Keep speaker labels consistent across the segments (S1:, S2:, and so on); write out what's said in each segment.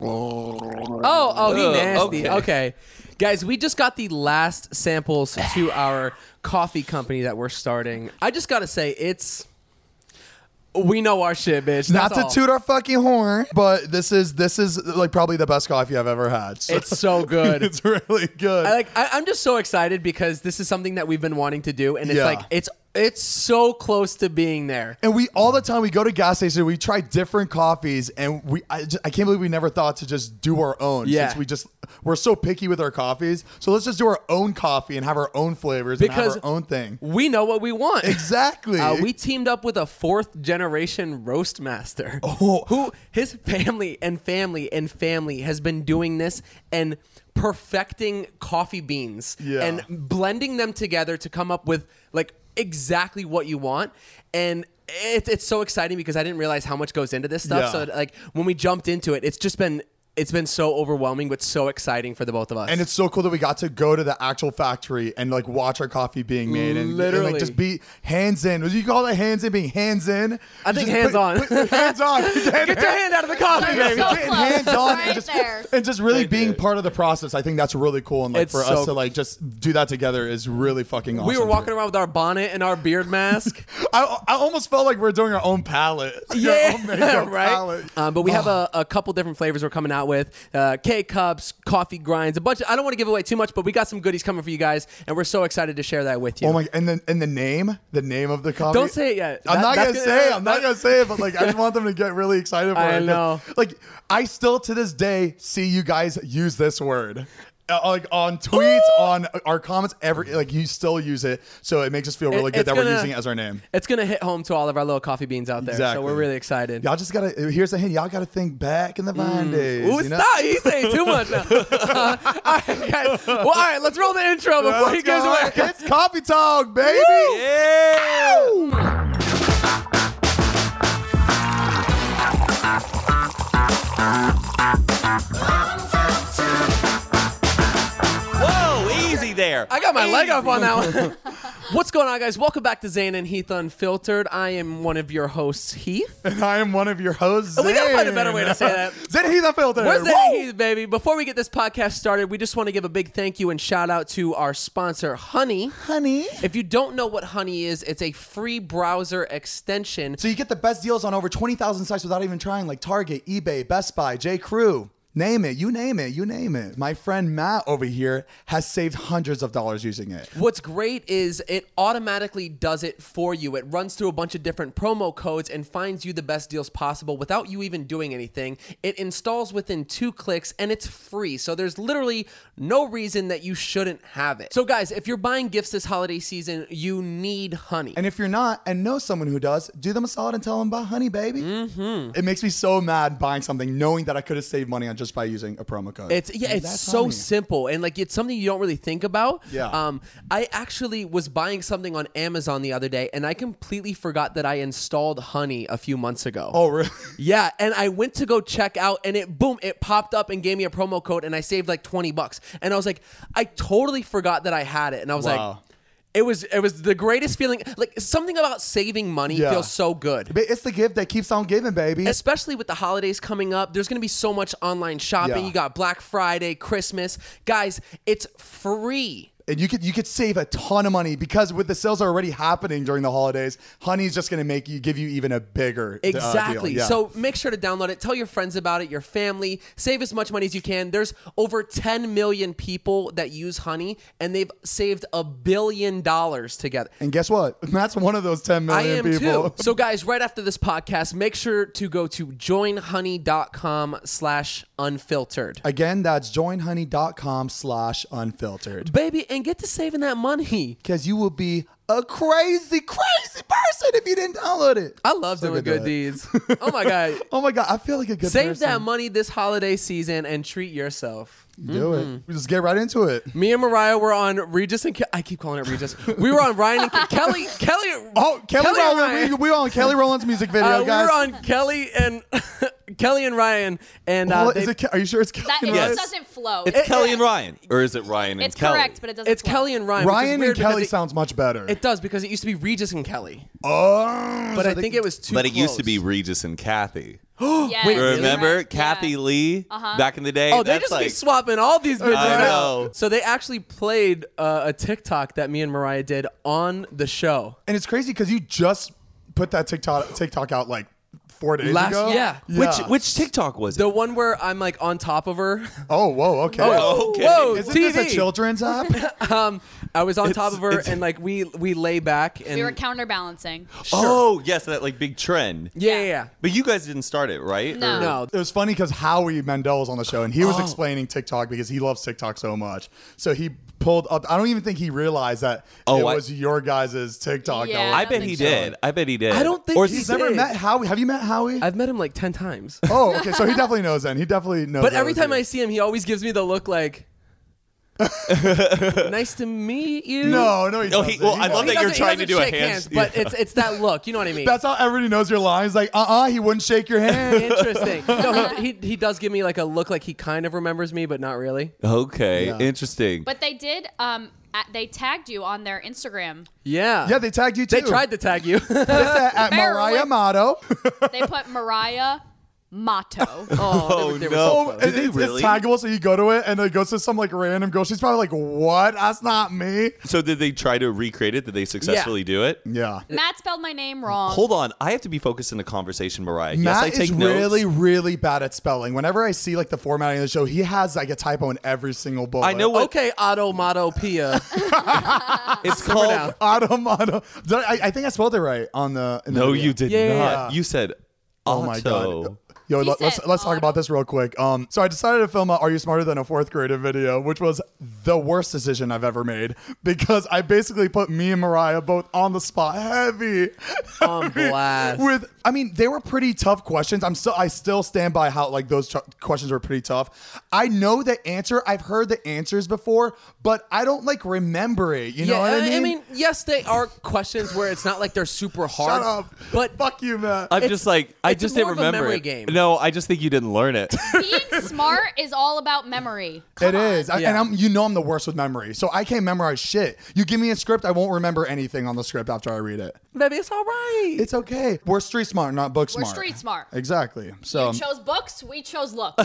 S1: Oh, oh, he
S2: Ugh,
S1: nasty.
S2: okay.
S1: Okay. Guys, we just got the last samples to our coffee company that we're starting. I just got to say, it's. We know our shit, bitch.
S3: Not
S1: That's
S3: to
S1: all.
S3: toot our fucking horn, but this is this is like probably the best coffee I've ever had. So
S1: It's so good.
S3: it's really good.
S1: I like I, I'm just so excited because this is something that we've been wanting to do, and it's
S3: Yeah.
S1: like it's it's so close to being there.
S3: and we all the time we go to gas stations, we try different coffees, and we I, ju- I can't believe we never thought to just do our own.
S1: Yeah.
S3: since we just we're so picky with our coffees, so let's just do our own coffee and have our own flavors
S1: Because-
S3: and have our own thing.
S1: We know what we want.
S3: Exactly.
S1: Uh, we teamed up with a fourth generation roast master
S3: Oh.
S1: who his family and family and family has been doing this and perfecting coffee beans
S3: Yeah.
S1: and blending them together to come up with like exactly what you want and it, it's so exciting because i didn't realize how much goes into this stuff
S3: Yeah.
S1: so like when we jumped into it it's just been it's been so overwhelming but so exciting for the both of us
S3: And it's so cool that we got to go to the actual factory and like watch our coffee being made and, and,
S1: Literally.
S3: like just be hands in. Would you call that hands in being hands in?
S1: I
S3: You
S1: think
S3: just
S1: hands
S3: put-
S1: on.
S3: put- hands on. Get
S1: get your hand out of the coffee
S4: Sorry,
S1: baby
S4: so
S3: Getting
S4: close.
S3: hands on
S4: Right
S3: and, just,
S4: there.
S3: and just really being part of the process. I think that's really cool. And like
S1: It's
S3: for
S1: so-
S3: us to like just do that together is really fucking awesome.
S1: we were walking around with our bonnet and our beard mask
S3: I, I almost felt like we were doing our own palette. Our own makeup palette.
S1: Um, but we have
S3: Oh.
S1: a, a couple different flavors we're coming out with: uh, K cups, coffee grinds, a bunch. Of, I don't want to give away too much, but we got some goodies coming for you guys, and we're so excited to share that with you.
S3: Oh my! And then and the name, the name of the coffee.
S1: Don't say it yet.
S3: I'm
S1: That-
S3: not
S1: that's
S3: gonna,
S1: gonna-
S3: say. it. I'm not
S1: that-
S3: gonna say it. But like, I just want them to get really excited for
S1: I
S3: it.
S1: know.
S3: Like, I still to this day see you guys use this word. Uh, like on tweets, on our comments, every like you still use it, so it makes us feel really
S1: It-
S3: good
S1: it's
S3: that
S1: gonna-
S3: we're using it as our name.
S1: It's gonna hit home to all of our little coffee beans out there, so
S3: Exactly.
S1: we're really excited.
S3: Y'all just gotta. Here's a hint. Y'all gotta think back in the Vine days.
S1: Mm. Ooh,
S3: you know?
S1: stop! He's saying too much now. Uh, all right, guys. Well, all right, let's roll the intro before
S3: Let's
S1: he gives
S3: go.
S1: away.
S3: It's coffee talk, baby.
S2: Yeah. Whoa, easy there.
S1: I got my leg up on that one. What's going on, guys? Welcome back to Zane and Heath Unfiltered. I am one of your hosts, Heath.
S3: And I am one of your hosts.
S1: We gotta find a better way to say that.
S3: Zane Heath Unfiltered.
S1: Where's
S3: Woo!
S1: that heat, baby? Before we get this podcast started, we just want to give a big thank you and shout out to our sponsor, Honey.
S3: honey.
S1: If you don't know what Honey is, it's a free browser extension.
S3: So you get the best deals on over 20,000 sites without even trying, like Target, eBay, Best Buy, J. Crew. Name it, you name it, you name it. My friend Matt over here has saved hundreds of dollars using it.
S1: What's great is it automatically does it for you. It runs through a bunch of different promo codes and finds you the best deals possible without you even doing anything. It installs within two clicks and it's free. So there's literally no reason that you shouldn't have it. So, guys, if you're buying gifts this holiday season, you need Honey.
S3: And if you're not and know someone who does, do them a solid and tell them about Honey Baby. It makes me so mad buying something knowing that I could have saved money on just by using a promo code.
S1: It's yeah,
S3: And
S1: it's
S3: that's
S1: so
S3: Honey.
S1: simple and like it's something you don't really think about.
S3: Yeah.
S1: Um, I actually was buying something on Amazon the other day, and I completely forgot that I installed Honey a few months ago.
S3: Oh, really?
S1: Yeah, and I went to go check out, and it boom, it popped up and gave me a promo code, and I saved like twenty bucks. And I was like, I totally forgot that I had it, and I was like.
S3: Wow.
S1: It was it was the greatest feeling. Like something about saving money
S3: Yeah.
S1: feels so good
S3: But it's the gift that keeps on giving, baby.
S1: especially with the holidays coming up there's going to be so much online shopping
S3: Yeah.
S1: you got black friday christmas guys it's free
S3: and you could you could save a ton of money because with the sales already happening during the holidays, honey is just going to make you give you even a bigger uh, deal.
S1: Exactly.
S3: Yeah.
S1: So make sure to download it. Tell your friends about it, your family. Save as much money as you can. There's over 10 million people that use Honey, and they've saved a billion dollars together.
S3: and guess what? That's one of those 10
S1: I
S3: million
S1: am
S3: people.
S1: too. So guys, right after this podcast, make sure to go to joinhoney.com slash unfiltered.
S3: Again, that's joinhoney.com slash unfiltered.
S1: Baby, and get to saving that money.
S3: Because you will be a crazy, crazy person if you didn't download it.
S1: I love
S3: So
S1: doing good
S3: good to it.
S1: deeds. Oh my god.
S3: Oh my God, I feel like a good
S1: Save that
S3: person.
S1: money this holiday season and treat yourself.
S3: Do it.
S1: mm-hmm.
S3: We just get right into it.
S1: Me and Mariah were on Regis and Ke- I keep calling it Regis. We were on Ryan and Ke- Kelly. Kelly.
S3: Oh, Kelly,
S1: Kelly Uh,
S3: Rowland.
S1: Ryan.
S3: We, we were on Kelly Rowland's music video,
S1: Uh, we
S3: guys.
S1: were on Kelly and Kelly and Ryan, and uh,
S3: Well,
S1: they-
S3: is it, Ke- are you sure it's
S4: That
S3: Kelly?
S4: it
S3: and Ryan?
S4: just doesn't flow.
S1: uh,
S2: It's Kelly and Ryan, or is it Ryan and
S4: It's
S2: Kelly?
S4: correct, but it doesn't.
S1: it's
S4: flow.
S1: Kelly and Ryan. which is
S3: Ryan and
S1: weird because
S3: Kelly
S1: it,
S3: sounds much better.
S1: It does because it used to be Regis and Kelly,
S3: oh,
S1: but
S3: so
S1: I
S3: they-
S1: think it was too.
S2: But it used to
S1: close.
S2: be Regis and Kathy.
S4: Yes,
S1: Wait,
S4: you're
S1: really?
S2: Remember
S4: right.
S2: Kathy
S4: Yeah. Uh-huh.
S2: Lee back in the day?
S1: Oh, they
S2: That's
S1: just be
S2: like-
S1: swapping all these bitches
S2: I
S1: out.
S2: know.
S1: So they actually played uh, a TikTok that me and Mariah did on the show.
S3: and it's crazy because you just put that TikTok TikTok out like four days
S1: Last-
S3: ago.
S1: yeah.
S2: Which which TikTok was it?
S1: The one where I'm like on top of her.
S3: oh, whoa, okay.
S2: Oh, okay.
S1: Whoa,
S3: Isn't
S1: TV.
S3: this a children's app?
S1: Um, I was on top of her
S2: it's-
S1: and like we we lay back and
S4: We were counterbalancing.
S2: Oh, yes, that like big trend.
S1: yeah, yeah, yeah.
S2: But you guys didn't start it, right?
S4: No.
S2: Or-
S1: No,
S3: It was funny because Howie Mandel was on the show and he
S1: Oh.
S3: was explaining TikTok because he loves TikTok so much. So he pulled up. I don't even think he realized that
S2: Oh,
S3: it
S2: I-
S3: was your guys' TikTok.
S4: Yeah.
S2: I
S3: I,
S4: don't
S2: bet
S4: think
S2: he
S4: so.
S2: did. I bet he did.
S1: I don't think
S2: or
S1: he's
S3: he's never
S1: did.
S3: met Howie. Have you met Howie?
S1: I've met him like ten times.
S3: oh, okay. So he definitely knows then. He definitely knows.
S1: But
S3: that
S1: every
S3: was
S1: time
S3: you.
S1: I see him, he always gives me the look like, "Nice to meet you."
S3: No, no, he
S2: No, he-
S3: doesn't.
S2: well, I love
S1: He
S2: that you're
S1: doesn't- he
S2: trying to
S1: doesn't
S2: do a
S1: shake hands,
S2: handshake.
S1: but it's it's that look. You know what I mean?
S3: That's how everybody knows your lines. Like, uh uh he wouldn't shake your hand.
S1: Interesting. No, he, he he does give me like a look like he kind of remembers me, but not really.
S2: Okay,
S3: Yeah.
S2: interesting.
S4: But they did. Um, at, they tagged you on their Instagram.
S1: Yeah.
S3: yeah, they tagged you too.
S1: They tried to tag you.
S3: It's at, at
S4: Barely.
S3: Mariah Motto.
S4: They put Mariah Motto.
S1: oh,
S2: Oh,
S1: they were- they were
S2: no.
S1: so
S2: Oh,
S1: close.
S2: Did they
S3: it's,
S2: really?
S3: it's taggable, so you go to it and it goes to some like random girl. She's probably like, "What? That's not me."
S2: so did they try to recreate it? Did they successfully do it?
S3: Yeah.
S4: Matt spelled my name wrong.
S2: Hold on, I have to be focused in the conversation, Mariah. yes, I
S3: Matt
S2: take
S3: is
S2: notes.
S3: really, really bad at spelling. Whenever I see like the formatting of the show, he has like a typo in every single bullet.
S2: I know what
S1: Okay, Otto Motto Pia.
S2: it's called.
S1: down.
S3: Automato. Did I, I think I spelled it right on the. in the
S2: No,
S3: video.
S2: you did
S1: Yeah, yeah, yeah.
S2: not. You said,
S3: Oh my god.
S2: Otto.
S3: Yo,
S4: He
S3: let, us
S4: said
S3: let's talk about
S4: auto.
S3: this real quick. Um, so I decided to film a "Are You Smarter Than a Fourth Grader" video, which was the worst decision I've ever made because I basically put me and Mariah both on the spot, heavy,
S1: On blast.
S3: with I mean they were pretty tough questions. I'm still I still stand by how like those t- questions were pretty tough. I know the answer. I've heard the answers before, but I don't like remember it. You know what I mean?
S1: yes, they are questions where it's not like they're super hard.
S3: shut up.
S1: But
S3: fuck you, Matt.
S2: I'm just like I
S1: it's
S2: just
S1: more
S2: didn't
S1: of a
S2: remember
S1: memory
S2: it.
S1: game.
S2: No, I just think you didn't learn it.
S4: Being smart is all about memory.
S3: It is, I-
S1: Yeah.
S3: and I'm you know I'm the worst with memory, so I can't memorize shit. You give me a script, I won't remember anything on the script after I read it.
S1: maybe it's all right.
S3: It's okay. We're street smart, not book
S4: We're
S3: smart.
S4: street smart.
S3: Exactly. So
S4: you chose books. We chose looks.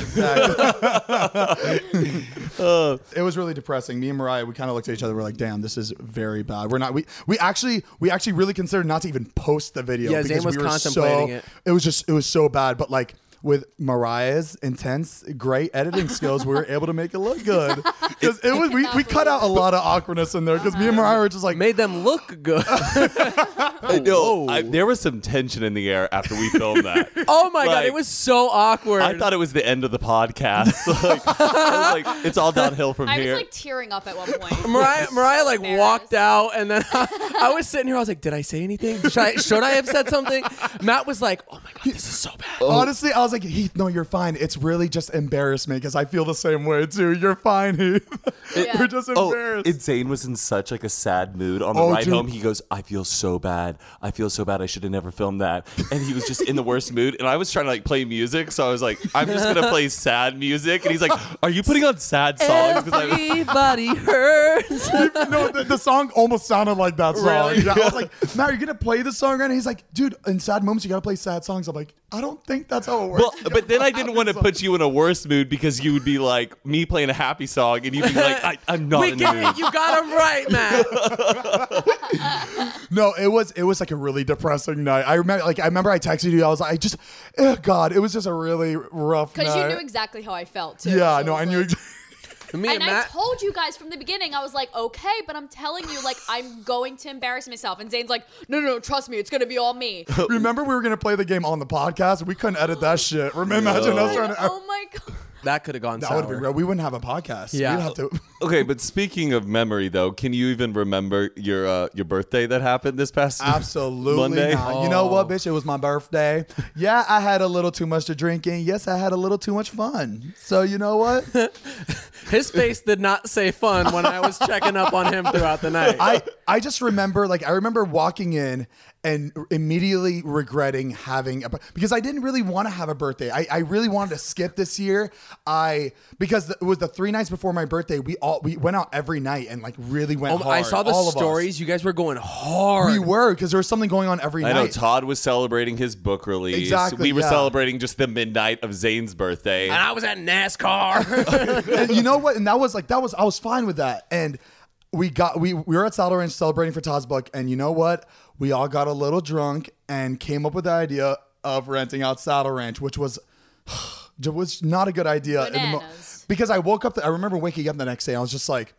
S3: it was really depressing. Me and Mariah, we kind of looked at each other. We're like, "Damn, this is very bad." We're not. We we actually we actually really considered not to even post the video.
S1: Yeah,
S3: because
S1: Zayn was
S3: we were
S1: contemplating
S3: so,
S1: it.
S3: It was just it was so bad. But like with Mariah's intense, great editing skills, we were able to make it look good. 'Cause it was we, we cut out a lot of awkwardness in there because me and Mariah were just like,
S1: Made them look good.
S2: I know. I- there was some tension in the air after we filmed that.
S1: oh my god,
S2: Like,
S1: it was so awkward.
S2: I thought it was the end of the podcast. like, I was like, it's all downhill from
S4: I was
S2: here.
S4: like tearing up at one point.
S1: Mariah, Mariah like
S4: Embarrassed.
S1: walked out, and then I, was sitting here. I was like, "Did I say anything? Should I, should I have said something?" Matt was like, "Oh my god, this is so bad."
S2: Oh.
S3: Honestly, I was like, Heath, no, you're fine. It's really just embarrassment because I feel the same way too. You're fine, Heath.
S4: Yeah.
S3: We're just
S2: Oh,
S3: embarrassed.
S2: and Zane was in such like a sad mood on the
S3: Oh,
S2: ride
S3: dude.
S2: home. He goes, "I feel so bad. I feel so bad. I should have never filmed that." And he was just in the worst mood. And I was trying to like play music, so I was like, "I'm just gonna play sad music." And he's like, "Are you putting on sad songs?" Because I was,
S1: Everybody hurts.
S3: no, the, the song almost sounded like that song.
S2: Really?
S3: Yeah, I was like, Matt, are you gonna play this song right now? He's like, dude, in sad moments you gotta play sad songs. I'm like, I don't think that's how it works.
S2: well, uh, but then I didn't want to put you in a worse mood because you would be like me playing a happy song, and you'd be like, I, "I'm not
S1: we
S2: in the
S1: get
S2: mood."
S1: it. You got him right, Matt.
S3: No, it was it was like a really depressing night. I remember like I remember I texted you, I was like, I just oh, God, it was just a really rough night.
S4: Because you knew exactly how I felt too.
S3: Yeah,
S4: So
S3: no,
S4: it was
S3: I
S4: like-
S3: knew exactly.
S1: Me and,
S4: And I
S1: Matt.
S4: told you guys from the beginning, I was like, okay, but I'm telling you, like, I'm going to embarrass myself. And Zane's like, no, no, no, trust me, it's gonna be all me.
S3: Remember we were gonna play the game on the podcast? We couldn't edit that shit. Remember imagine us trying to
S4: oh my god.
S1: that could have gone
S3: That
S1: sour.
S3: would be real. We wouldn't have a podcast.
S1: Yeah.
S3: We'd have to.
S2: Okay, but speaking of memory, though, can you even remember your uh, your birthday that happened this past
S3: Absolutely
S2: Monday?
S3: not. You know
S1: Oh.
S3: what, bitch? It was my birthday. Yeah, I had a little too much to drink, and yes, I had a little too much fun. So you know what?
S1: His face did not say fun when I was checking up on him throughout the night.
S3: I I just remember like I remember walking in and immediately regretting having a bir- because I didn't really want to have a birthday. I, I really wanted to skip this year. I because it was the three nights before my birthday. We all we went out every night and like really went.
S1: Oh,
S3: hard,
S1: I saw the
S3: all of us.
S1: stories. You guys were going hard.
S3: We were because there was something going on every night.
S2: I know Todd was celebrating his book release.
S3: Exactly,
S2: we were
S3: yeah.
S2: celebrating just the midnight of Zane's birthday.
S1: and I was at NASCAR.
S3: and you know what? And that was like that was I was fine with that. And we got we we were at Saddle Ranch celebrating for Todd's book, and you know what? We all got a little drunk and came up with the idea of renting out Saddle Ranch, which was it was not a good idea. in the mo-
S4: Bananas.
S3: because I woke up. The, I remember waking up the next day. I was just like,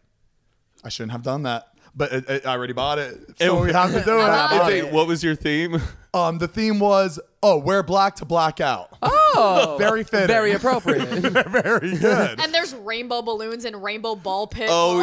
S3: I shouldn't have done that. But it, it- I already bought it, so we have to do it. I bought
S2: Wait,
S3: it.
S2: what was your theme?
S3: Um, the theme was, oh, wear black to black out. Oh, very fitting.
S1: Very appropriate.
S3: very good.
S4: And there's rainbow balloons and rainbow ball pit.
S2: Oh,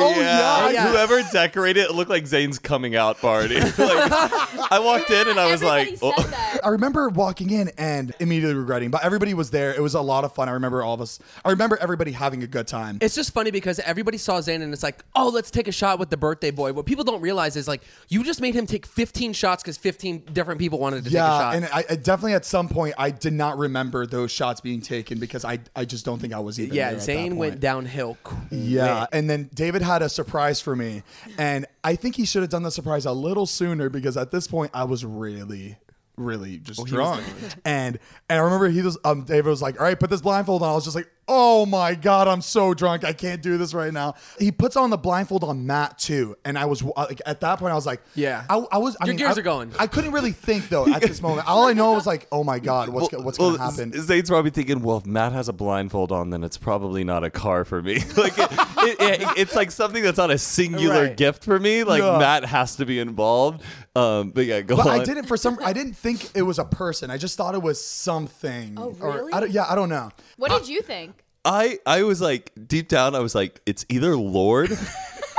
S3: yeah.
S2: yeah.
S1: Yeah.
S2: Whoever decorated it looked like Zane's coming out party. like, I walked in and I was
S4: Everybody
S2: like,
S4: said
S2: "Oh."
S4: that.
S3: I remember walking in and immediately regretting, but everybody was there. It was a lot of fun. I remember all of us. I remember everybody having a good time.
S1: it's just funny because everybody saw Zane and it's like, oh, let's take a shot with the birthday boy. What people don't realize is like, you just made him take 15 shots because 15 different people wanted to take a
S3: yeah,
S1: shot.
S3: and I, I definitely at some point I did not remember those shots being taken because I, I just don't think I was even. there
S1: yeah,
S3: at that
S1: Zane went
S3: point.
S1: downhill. Quick.
S3: Yeah, and then David had a surprise for me, and I think he should have done the surprise a little sooner because at this point I was really, really just drunk, and and I remember he was um David was like, all right, put this blindfold on. I was just like, oh my god, I'm so drunk, I can't do this right now. He puts on the blindfold on Matt too, and I was uh, like, at that point I was like,
S1: Yeah.
S3: I, I was I
S1: Your
S3: mean,
S1: gears
S3: I-
S1: are going.
S3: I couldn't really think though at this moment. All I know was like, oh my god, what's go- what's gonna
S2: Well,
S3: happen?
S2: Z- Zane's probably thinking, well, if Matt has a blindfold on, then it's probably not a car for me. like, it, it, it- it's like something that's not a singular
S1: Right.
S2: gift for me. Like,
S3: Yeah.
S2: Matt has to be involved. Um, but yeah, go
S3: But
S2: on.
S3: I didn't for some. I didn't think it was a person. I just thought it was something.
S4: Oh, really?
S3: Or, I don't, yeah, I don't know.
S4: What did you think?
S2: I I was like deep down, I was like, it's either Lord,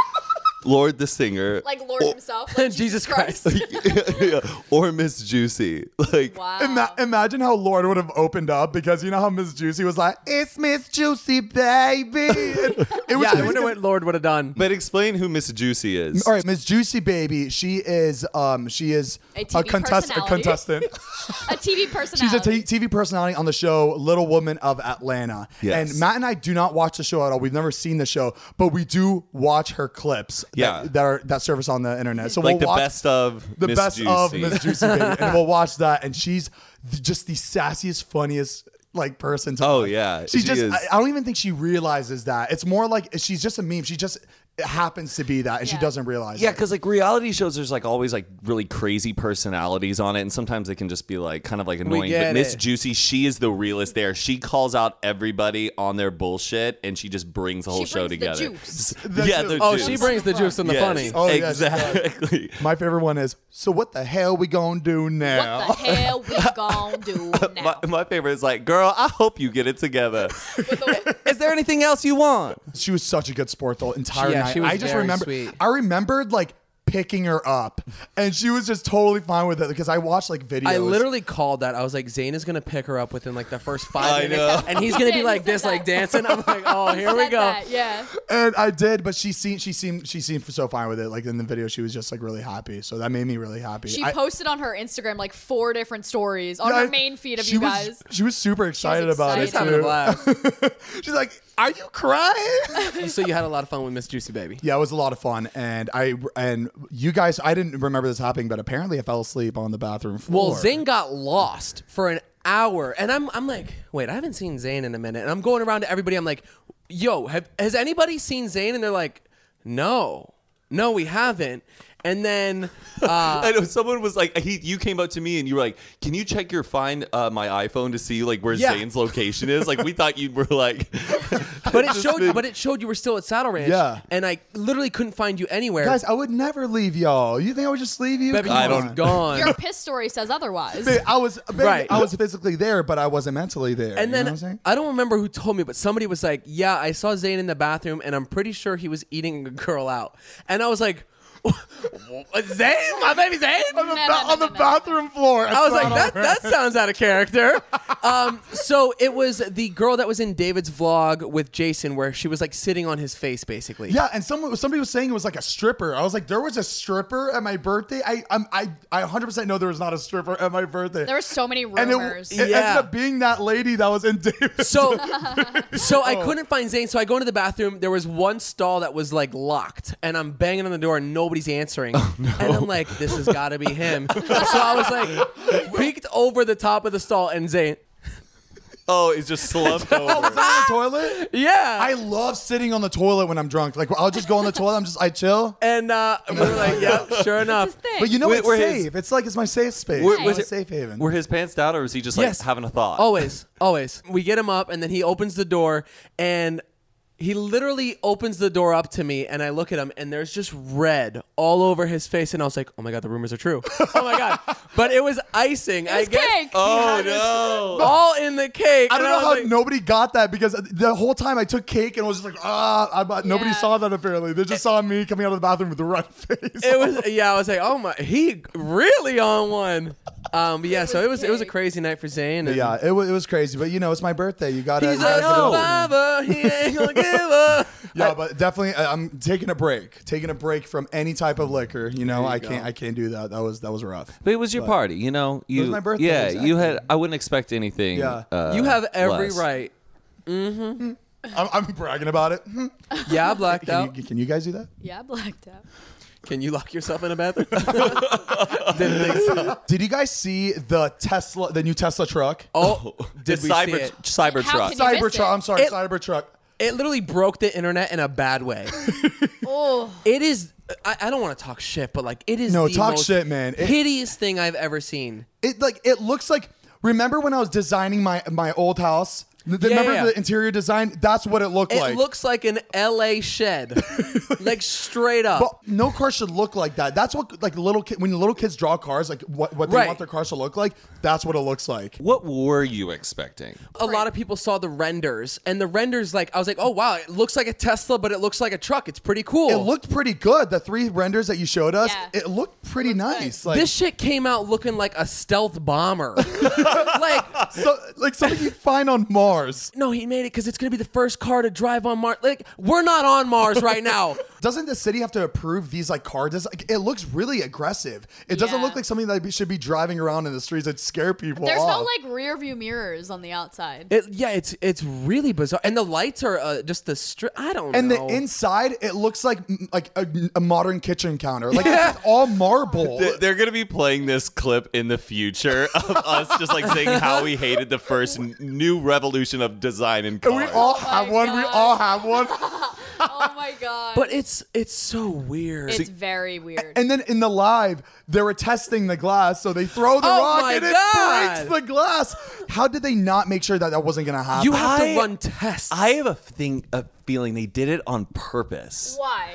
S2: Lord the singer,
S4: Like Lord himself. Like
S1: Jesus
S4: Jesus
S1: Christ.
S4: Christ.
S2: Yeah, or Miss Juicy. Like,
S4: Wow.
S3: Ima- imagine how Lord would have opened up because you know how Miss Juicy was like, "It's Miss Juicy, baby." And it was
S1: Yeah, I wonder what Lord would have done.
S2: but explain who Miss Juicy is.
S3: All right, Miss Juicy Baby. She is um she is
S4: A TV
S3: contest- a
S4: personality.
S3: contestant.
S4: A TV personality.
S3: She's a t- TV personality on the show Little Woman of Atlanta.
S2: Yes.
S3: And Matt and I do not watch the show at all. We've never seen the show, but we do watch her clips that-
S2: Yeah.
S3: that, are that service on the internet. So
S2: like
S3: we'll
S2: the
S3: watch
S2: best of
S3: the
S2: Miss
S3: best of
S2: Juicy.
S3: Miss Juicy Baby, and we'll watch that. And she's th- just the sassiest, funniest like person. To
S2: Oh,
S3: watch.
S2: yeah.
S3: she,
S2: She
S3: just.
S2: is.
S3: I, I don't even think she realizes that. It's more like she's just a meme. She just happens to be that, and she
S4: Yeah.
S3: doesn't realize.
S2: Yeah,
S3: it.
S2: because like reality shows, there's like always like really crazy personalities on it, and sometimes they can just be like kind of like annoying.
S1: get
S2: But Miss
S1: it.
S2: Juicy, she is the realest there. She calls out everybody on their bullshit, and she just brings the whole show
S4: brings the
S2: together.
S4: juice.
S2: The yeah,
S3: ju-
S2: the
S1: Oh,
S2: juice.
S1: she brings the juice and the
S2: Yes,
S1: funny.
S3: Oh, yeah, she does.
S2: exactly.
S3: My favorite one is. So what the hell we gonna do now?
S4: What the hell we gonna do now?
S2: My, my favorite is like, girl, I hope you get it together.
S4: With the-
S2: is there anything else you want?
S3: She was such a good sport the entire
S1: Yeah,
S3: night.
S1: she was
S3: I just
S1: very
S3: remember
S1: sweet.
S3: I remembered like picking her up and she was just totally fine with it because I watched like videos.
S1: I literally called that. I was like, Zane is gonna pick her up within like the first five
S2: I
S1: minutes,
S2: know.
S1: and he's gonna be
S4: He
S1: like
S4: said
S1: this, like
S4: that.
S1: dancing. I'm like, oh, here we
S4: said
S1: go.
S4: that, Yeah.
S3: and I did, but she seemed she seemed she seemed so fine with it. Like in the video, she was just like really happy. So that made me really happy.
S4: She
S3: I-
S4: posted on her Instagram like four different stories on
S3: I-
S4: her main feed of
S3: she
S4: you
S3: was-
S4: guys.
S3: she was super excited about
S1: He's
S3: it.
S4: excited.
S1: having a blast.
S3: Too. She's like, "Are you crying?"
S1: so you had a lot of fun with Miss Juicy Baby.
S3: yeah, it was a lot of fun, and I and you guys, I didn't remember this happening, but apparently, I fell asleep on the bathroom floor.
S1: Well, Zane got lost for an hour, and I'm I'm like, wait, I haven't seen Zane in a minute, and I'm going around to everybody. I'm like, yo, have, has anybody seen Zane? And they're like, no, no, we haven't. And then
S4: Uh,
S2: I know someone was like, he, you came up to me and you were like, "Can you check your find uh, my iPhone to see like where
S1: Yeah.
S2: Zane's location is?" Like we thought you were like,
S1: but it showed but it showed you were still at Saddle Ranch.
S3: Yeah.
S1: And I literally couldn't find you anywhere.
S3: Guys, I would never leave y'all. You think I would just leave you?
S1: Baby,
S3: Come
S1: you
S2: I
S1: was
S2: don't-
S3: on.
S1: gone.
S4: Your piss story says otherwise.
S3: Babe, I was babe,
S1: Right.
S3: I was physically there, but I wasn't mentally there.
S1: And
S3: you know
S1: then
S3: what I'm saying?
S1: I don't remember who told me, but somebody was like, "Yeah, I saw Zayn in the bathroom, and I'm pretty sure he was eating a girl out." And I was like, "Zayn, my baby Zayn."
S4: No, no, no,
S3: on the
S4: no, no.
S3: bathroom floor.
S1: I was like,
S3: saw
S1: that, that sounds out of character. Um, so it was the girl that was in David's vlog with Jason, where she was like sitting on his face, basically.
S3: Yeah, and someone somebody was saying it was like a stripper. I was like, there was a stripper at my birthday. I I'm, I I 100 percent know there was not a stripper at my birthday.
S4: There were so many rumors.
S3: and it, it ended
S1: Yeah.
S3: up being that lady that was in Davis.
S1: So, so I couldn't find Zane. So I go into the bathroom. There was one stall that was like locked, and I'm banging on the door, and nobody's answering. And I'm like, this has got to be him. so I was like, peeked over the top of the stall, and Zane,
S2: "Oh, it's just slumped
S3: was
S2: over."
S4: Ah!
S3: I on the toilet?
S1: yeah.
S3: I love sitting on the toilet when I'm drunk. Like I'll just go on the toilet. I'm just I chill.
S1: and uh, we were like, yep, sure enough.
S4: Thing.
S3: But you know
S2: Wait,
S3: it's
S2: where
S3: safe.
S2: his-
S3: it's like it's my safe space.
S2: Where-
S3: It's
S2: was
S3: my
S2: it-
S3: safe haven.
S2: Were his pants down, or was he just like
S1: Yes. Oh,
S2: having a thought?
S1: Always, always. We get him up, and then he opens the door, and he literally opens the door up to me, and I look at him, and there's just red all over his face, and I was like, "Oh my god, the rumors are true." oh my god! But it was icing. I
S4: It's
S1: guess
S4: cake.
S2: Oh no!
S1: all in the cake.
S3: I don't
S1: and
S3: know
S1: was
S3: how
S1: like-
S3: nobody got that because the whole time I took cake and was just like, ah, I, but nobody
S4: Yeah.
S3: saw that apparently. They just saw me coming out of the bathroom with the red face.
S1: It was yeah. I was like, oh my, he really on one. Um, but yeah. So it was it was a crazy night for Zayn. And
S3: yeah, it was, it was crazy, but you know, it's my birthday. You gotta.
S1: He's "Oh,
S3: you gotta
S1: a
S3: get old.
S1: survivor. He ain't gonna give up.
S3: Yeah, but definitely, I- I'm taking a break. Taking a break from any type of liquor. You know, I can't. I can't do that. That was that was rough.
S2: But it was your party, you know. You,
S3: my birthday,
S2: Yeah, you
S3: exactly.
S2: had. I wouldn't expect anything.
S3: Yeah.
S2: uh,
S1: you have every
S2: less.
S1: right.
S3: I'm, I'm bragging about it. Hmm.
S1: Yeah, I blacked
S3: Can
S1: out.
S3: you, can you guys do that?
S4: Yeah, blacked out.
S1: Can you lock yourself in a bathroom? Didn't think so.
S3: Did you guys see the Tesla, the new Tesla truck?
S1: Oh, did
S2: Did
S1: we
S2: cyber
S1: see it?
S4: How
S2: Cybertruck?
S4: can you- missed
S3: Cybertruck.
S4: it.
S3: I'm sorry,
S1: It-
S3: Cybertruck.
S1: It literally broke the internet in a bad way.
S4: Oh,
S1: It is. I, I don't want to talk shit, but like it is
S3: No,
S1: the
S3: talk
S1: most
S3: shit, man. It-
S1: hideous thing I've ever seen.
S3: It like it looks like. Remember when I was designing my my old house? N-
S1: Yeah,
S3: remember
S1: yeah.
S3: the interior design? That's what it looked
S1: It
S3: like.
S1: looks like an LA shed, like straight up.
S3: but no car should look like that. That's what like little kid when little kids draw cars, like what, what they
S1: Right.
S3: want their cars to look like. That's what it looks like.
S2: what were you expecting?
S1: a lot of people saw the renders, and the renders, like I was like, oh wow, it looks like a Tesla, but it looks like a truck. It's pretty cool.
S3: It looked pretty good. The three renders that you showed us,
S4: Yeah.
S3: it looked pretty
S4: Looks
S3: nice. Like
S1: this shit came out looking like a stealth bomber. like,
S3: so, like something you'd find on Mars.
S1: no, he made it because it's gonna be the first car to drive on Mars. Like, we're not on Mars right now.
S3: Doesn't the city have to approve these like car design? It looks really aggressive. It doesn't
S4: Yeah.
S3: look like something that be- should be driving around in the streets that scare people.
S4: there's
S3: off.
S4: no like rear view mirrors on the outside.
S1: It, yeah, it's it's really bizarre, and the lights are uh, just the strip. I don't
S3: And
S1: know.
S3: the inside, it looks like like a, a modern kitchen counter. Like it's all marble.
S2: Th- They're gonna be playing this clip in the future of us just like saying how we hated the first n- new revolution of design in
S3: And we
S2: cars.
S3: all
S4: Oh my
S3: have one. We
S4: God.
S3: all have one.
S4: oh my god.
S1: but it's it's so weird.
S4: it's very weird.
S3: And then in the live, they were testing the glass, so they throw the
S1: Oh
S3: rock
S1: my
S3: and
S1: God.
S3: it breaks the glass. How did they not make sure that that wasn't going to happen?
S1: you have
S2: I-
S1: to run tests.
S2: I have a thing, a feeling they did it on purpose.
S4: Why?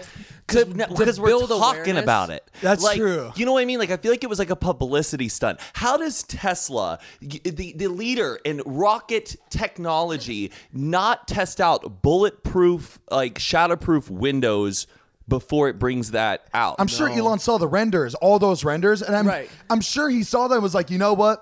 S1: to,
S2: because we're
S1: build
S2: talking
S1: awareness.
S2: about it.
S3: That's
S2: Like,
S3: true.
S2: You know what I mean? Like I feel like it was like a publicity stunt. How does Tesla, y- the the leader in rocket technology, not test out bulletproof, like shatterproof windows before it brings that out?
S3: I'm sure Elon saw the renders, all those renders, and I'm
S1: Right.
S3: I'm sure he saw them. and Was like, you know what?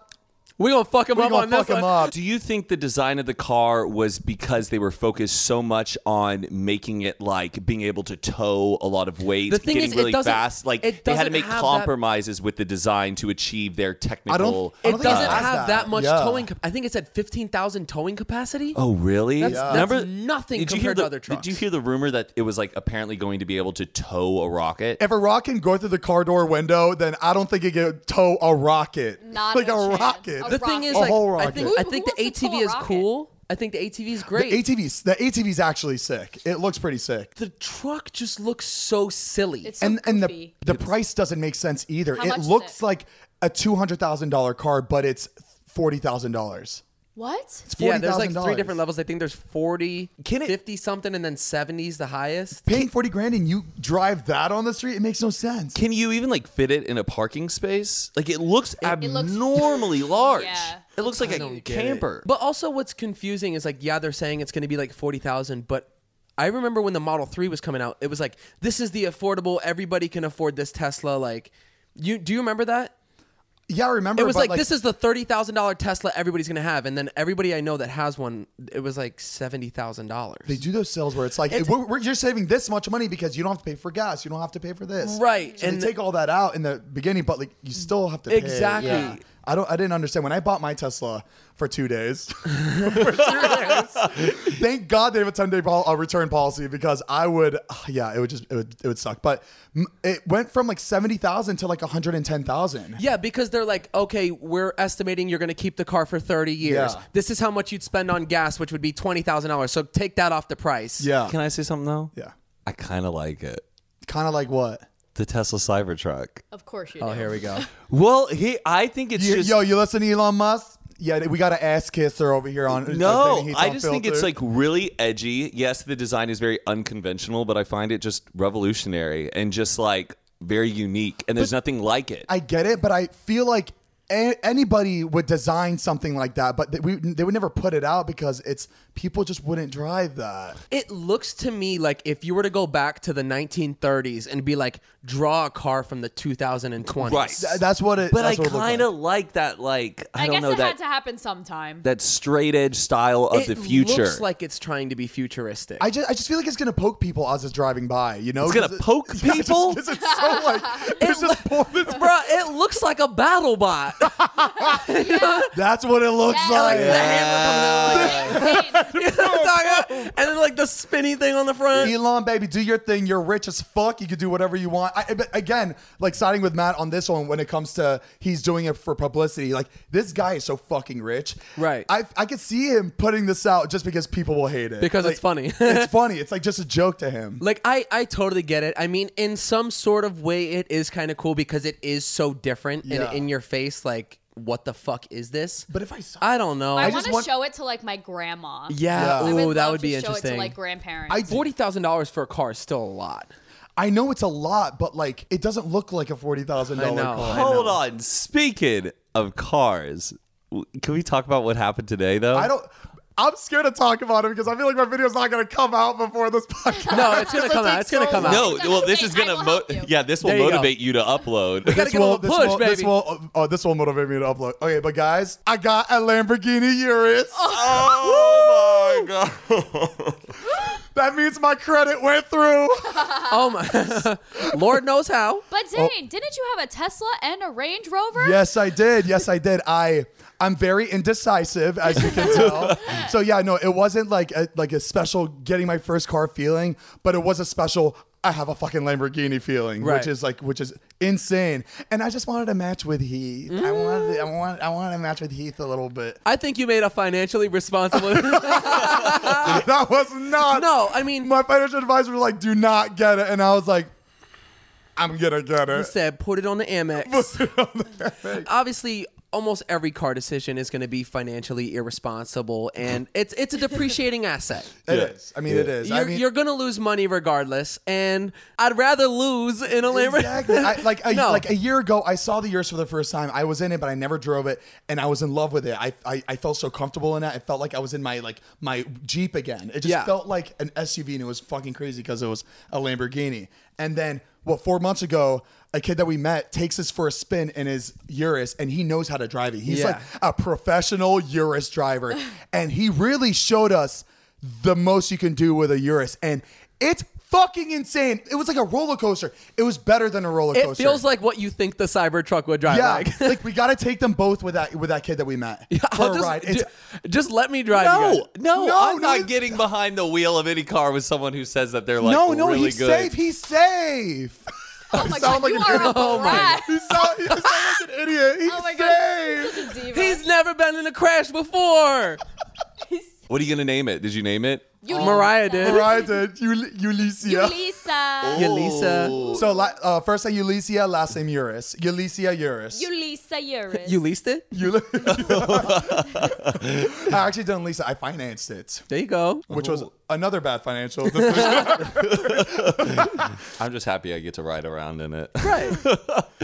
S1: We're gonna fuck him
S3: We're
S1: up
S3: gonna
S1: on this
S3: fuck him
S1: one.
S3: up.
S2: Uh, Do you think the design of the car was because they were focused so much on making it like being able to tow a lot of weight,
S1: The thing
S2: getting
S1: is, it
S2: really
S1: doesn't-
S2: fast? Like
S1: it
S2: they had to
S1: doesn't
S2: make
S1: have that-
S2: compromises with the design to achieve their technical.
S3: I
S1: It
S3: don't think
S1: doesn't
S3: it has
S1: have that,
S3: that.
S1: much
S3: Yeah.
S1: towing. Cap- I think it's at fifteen thousand towing capacity.
S2: Oh really?
S1: That's- Yeah. that's nothing
S2: you hear
S1: compared to
S2: the-
S1: other
S2: Did you
S1: trucks.
S2: hear the rumor that it was like apparently going to be able to tow a rocket?
S3: If a rock can go through the car door window, then I don't think it can tow a rocket.
S4: Not
S3: like
S4: a
S3: a,
S4: chance.
S3: rocket.
S4: A
S1: the thing is,
S3: A
S1: like,
S3: whole
S1: I
S3: rocket.
S1: think
S4: Who-
S1: I
S4: who
S1: think
S4: wants
S1: the
S4: to tow
S1: ATV
S4: a
S1: is
S4: rocket?
S1: cool. I think the ATV is
S3: The
S1: great.
S3: ATVs, the ATV's actually sick. It looks pretty sick.
S1: the truck just looks so silly.
S4: It's so
S3: And and the
S4: goofy.
S3: the price doesn't make sense either.
S4: How much
S3: it
S4: is
S3: looks
S4: it?
S3: like a two hundred thousand dollar car, but it's forty thousand dollars.
S4: what?
S3: It's
S1: yeah,
S3: forty
S1: there's like
S3: thousand dollars.
S1: three different levels. I think there's 40,
S3: Can it-
S1: 50 something, and then 70s the highest.
S3: Paying forty grand and you drive that on the street, it makes no sense.
S2: Can you even like fit it in a parking space? Like it looks
S4: looks-
S2: abnormally large.
S4: Yeah.
S2: It looks like a
S1: don't get it.
S2: camper.
S1: But also, what's confusing is like, yeah, they're saying it's going to be like forty thousand, but I remember when the Model Three was coming out, it was like, this is the affordable, everybody can afford this Tesla. Like, you do you remember that?
S3: yeah, I remember.
S1: It was
S3: but,
S1: like, this is the thirty thousand dollar Tesla everybody's going to have, and then everybody I know that has one, it was like seventy thousand
S3: They
S1: dollars.
S3: do those sales where it's like we're, we're, you're saving this much money because you don't have to pay for gas, you don't have to pay for this,
S1: Right,
S3: So and
S1: and-
S3: they take all that out in the beginning, but like you still have to pay.
S1: Exactly.
S3: Yeah. I don't. I didn't understand when I bought my Tesla for two days. for two days. Thank God they have a ten day pol- uh, return policy because I would. ah, Yeah, it would just it would it would suck. But mm, it went from like seventy thousand to like one hundred and ten thousand.
S1: Yeah, because they're like, okay, we're estimating you're going to keep the car for 30 years.
S3: Yeah.
S1: This is how much you'd spend on gas, which would be $20,000. So take that off the price.
S3: Yeah.
S2: Can I say something though?
S3: yeah.
S2: I kind of like it.
S3: Kind of like what?
S2: The Tesla Cybertruck.
S4: Of course you
S1: Oh,
S4: do.
S1: here we go.
S2: Well, he. I think it's
S3: You-
S2: just.
S3: yo, you listen to Elon Musk? Yeah, we got an ass kisser over here on. uh,
S2: no,
S3: Heat's
S2: I just think it's
S3: Unfiltered.
S2: like really edgy. Yes, the design is very unconventional, but I find it just revolutionary and just like very unique. And there's nothing like it.
S3: I get it, but I feel like a- anybody would design something like that, but they, we, they would never put it out because it's people just wouldn't drive that.
S1: It looks to me like if you were to go back to the 1930s and be like, draw a car from the 2020s.
S2: Right.
S3: Th- Uh, That's what it.
S2: but I
S3: that's what it looked
S2: kind of
S3: like.
S2: like that. Like I,
S4: I,
S2: don't
S4: guess
S2: know
S4: it had
S2: that
S4: to happen sometime.
S2: that straight edge style of
S1: It
S2: the future.
S1: looks like it's trying to be futuristic.
S3: I just, I just feel like it's gonna poke people as it's driving by. You know,
S2: It's gonna
S3: 'Cause
S2: poke
S3: Yeah, just-
S2: people?
S3: 'cause it's so like it's just pouring-
S1: Bruh, it looks like a battle bot.
S3: That's what it looks
S4: Yeah,
S3: like.
S4: like the hammer comes out, like,
S1: You know what I'm talking about? And then like the spinny thing on the front.
S3: Elon, baby, do your thing. You're rich as fuck. You can do whatever you want. I, but again, like siding with Matt on this one when it comes to he's doing it for publicity. Like this guy is so fucking rich.
S1: Right.
S3: I I could see him putting this out just because people will hate it
S1: Because it's
S3: Like,
S1: funny.
S3: it's funny. It's like just a joke to him.
S1: Like I, I totally get it. I mean, in some sort of way, it is kind of cool because it is so different
S3: Yeah.
S1: and in your face. Like, what the fuck is this?
S3: But if I saw,
S1: I don't know.
S4: I,
S3: I
S4: want
S3: just
S4: to
S3: want-
S4: show it to like my grandma.
S1: yeah.
S3: Yeah. I
S1: Ooh,
S4: I
S1: that
S4: love
S1: would
S4: to
S1: be
S4: show
S1: interesting.
S4: It to like grandparents.
S3: I
S1: Forty thousand dollars for a car is still a lot.
S3: I know it's a lot, but like it doesn't look like a forty thousand
S1: I
S3: dollar
S1: know.
S3: car.
S2: Hold on. Speaking of cars, w- can we talk about what happened today though?
S3: I don't. I'm scared to talk about it because I feel like my video's not gonna come out before this podcast.
S1: No, it's gonna
S3: Because it
S1: come out.
S3: takes
S1: It's gonna
S3: so
S1: come out.
S2: No,
S4: Exactly.
S2: well, this
S4: Hey,
S2: is
S4: I
S2: gonna
S4: will
S2: mo-
S4: help you.
S2: yeah, this will
S1: There you go.
S2: motivate you to upload.
S1: gotta get a little push,
S3: will, This
S1: baby.
S3: will, oh, this will motivate me to upload. Okay, but guys, I got a Lamborghini Urus.
S2: oh my god!
S3: That means my credit went through.
S1: Oh my, Lord knows how.
S4: but Zane, didn't you have a Tesla and a Range Rover?
S3: Oh. yes, I did. Yes, I did. I I'm very indecisive, as you can tell. so yeah, no, it wasn't like a, like a special getting my first car feeling, but it was a special. I have a fucking Lamborghini feeling,
S1: Right.
S3: which is like, which is insane, and I just wanted to match with Heath. I wanted, I want, I wanted to match with Heath a little bit.
S1: I think you made a financially responsible.
S3: that was not
S1: no, I mean,
S3: my financial advisor was like, "Do not get it," and I was like, "I'm gonna get
S1: he
S3: it."
S1: said put it on the Amex. Obviously, almost every car decision is going to be financially irresponsible, and it's it's a depreciating asset.
S3: It
S2: Yeah.
S3: is. I mean, it is.
S1: You're,
S3: I mean,
S1: you're gonna lose money regardless, and I'd rather lose in a Lamborghini.
S3: exactly. I, like a,
S1: No.
S3: like a year ago, I saw the Urus for the first time. I was in it, but I never drove it, and I was in love with it. I I, I felt so comfortable in it. I felt like I was in my like my Jeep again. It just
S1: Yeah.
S3: felt like an SUV, and it was fucking crazy because it was a Lamborghini. And then what? Four months ago. A kid that we met takes us for a spin in his Urus, and he knows how to drive it. He's
S1: Yeah.
S3: like a professional Urus driver, and he really showed us the most you can do with a Urus, and it's fucking insane. It was like a roller coaster. It was better than a roller
S1: it
S3: coaster.
S1: feels like what you think the Cybertruck would drive
S3: Oh, yeah,
S1: like.
S3: like, we gotta take them both with that with that kid that we met for
S1: I'll
S3: a
S1: just,
S3: ride. It's,
S1: ju- just let me drive. you
S2: No,
S1: guys.
S2: no,
S3: No,
S2: I'm
S3: no,
S2: not
S3: it's-
S2: getting behind the wheel of any car with someone who says that they're like
S3: no, no,
S2: really
S3: he's
S2: good.
S3: safe. He's safe.
S4: Oh my
S3: Sound
S4: god,
S3: like
S4: you
S3: an
S4: are a
S3: idiot.
S1: Oh my
S4: brat.
S3: He sound- he sound like an idiot. He's
S4: Oh my
S3: safe.
S4: god, such a diva.
S1: He's never been in a crash before.
S2: What are you gonna name it? Did you name it?
S4: You-
S1: Mariah did.
S3: Mariah did. Ul- Ulysia.
S4: Ulisa.
S1: Yulisa.
S3: So la- uh, first name Ulysia, last name Eurus. Ulysia Eurus.
S4: Ulisa Uris.
S1: You leased it?
S3: Ul- I actually done Lisa. I financed it,
S1: There you go.
S3: which was
S1: Oh.
S3: another bad financial.
S2: I'm just happy I get to ride around in it.
S1: Right.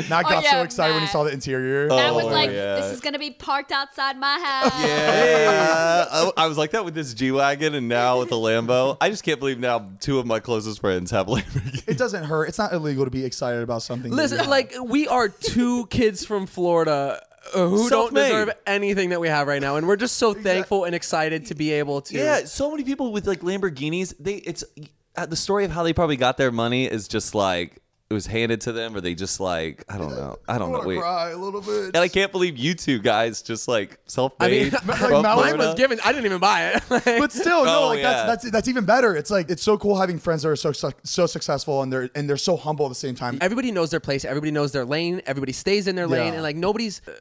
S3: Now I
S1: Oh,
S3: got so
S4: yeah,
S3: excited when he
S4: Matt.
S3: saw the interior.
S4: Matt was
S2: Oh,
S4: like,
S2: yeah.
S4: this is going to be parked outside my house.
S2: Yeah, I, I was like that with this G wagon, and now with the Lambo. I just can't believe now two of my closest friends have Lamborghini.
S3: It doesn't hurt. It's not illegal to be excited about something. that you
S1: Listen,
S3: have.
S1: like we are two kids from Florida uh, who don't
S2: Self-made.
S1: deserve anything that we have right now, and we're just so thankful and excited to be able to.
S2: Yeah, so many people with like Lamborghinis. They it's uh, the story of how they probably got their money is just like it was handed to them, or they just like I don't know. I don't know.
S3: wanna
S2: Wait.
S3: cry a little bit.
S2: And I can't believe you two guys just like self
S1: I mean,
S2: made.
S1: like, mine was given. I didn't even buy it. Like,
S3: but still, no,
S2: Oh,
S3: like
S2: yeah.
S3: that's, that's that's even better. It's like it's so cool having friends that are so suc- so successful and they're and they're so humble at the same time.
S1: everybody knows their place. Everybody knows their lane. Everybody stays in their lane,
S3: Yeah.
S1: and like nobody's uh,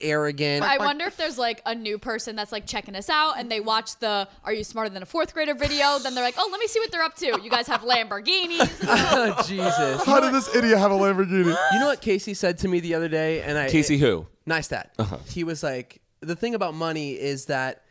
S1: arrogant.
S4: I wonder if there's like a new person that's like checking us out and they watch the Are You Smarter Than a Fourth Grader video? Then they're like, Oh, let me see what they're up to. You guys have Lamborghinis.
S1: Jesus.
S3: How did this idiot have a Lamborghini?
S1: You know what Casey said to me the other day, and I
S2: Casey who?
S1: Nice that. He was like, the thing about money is that,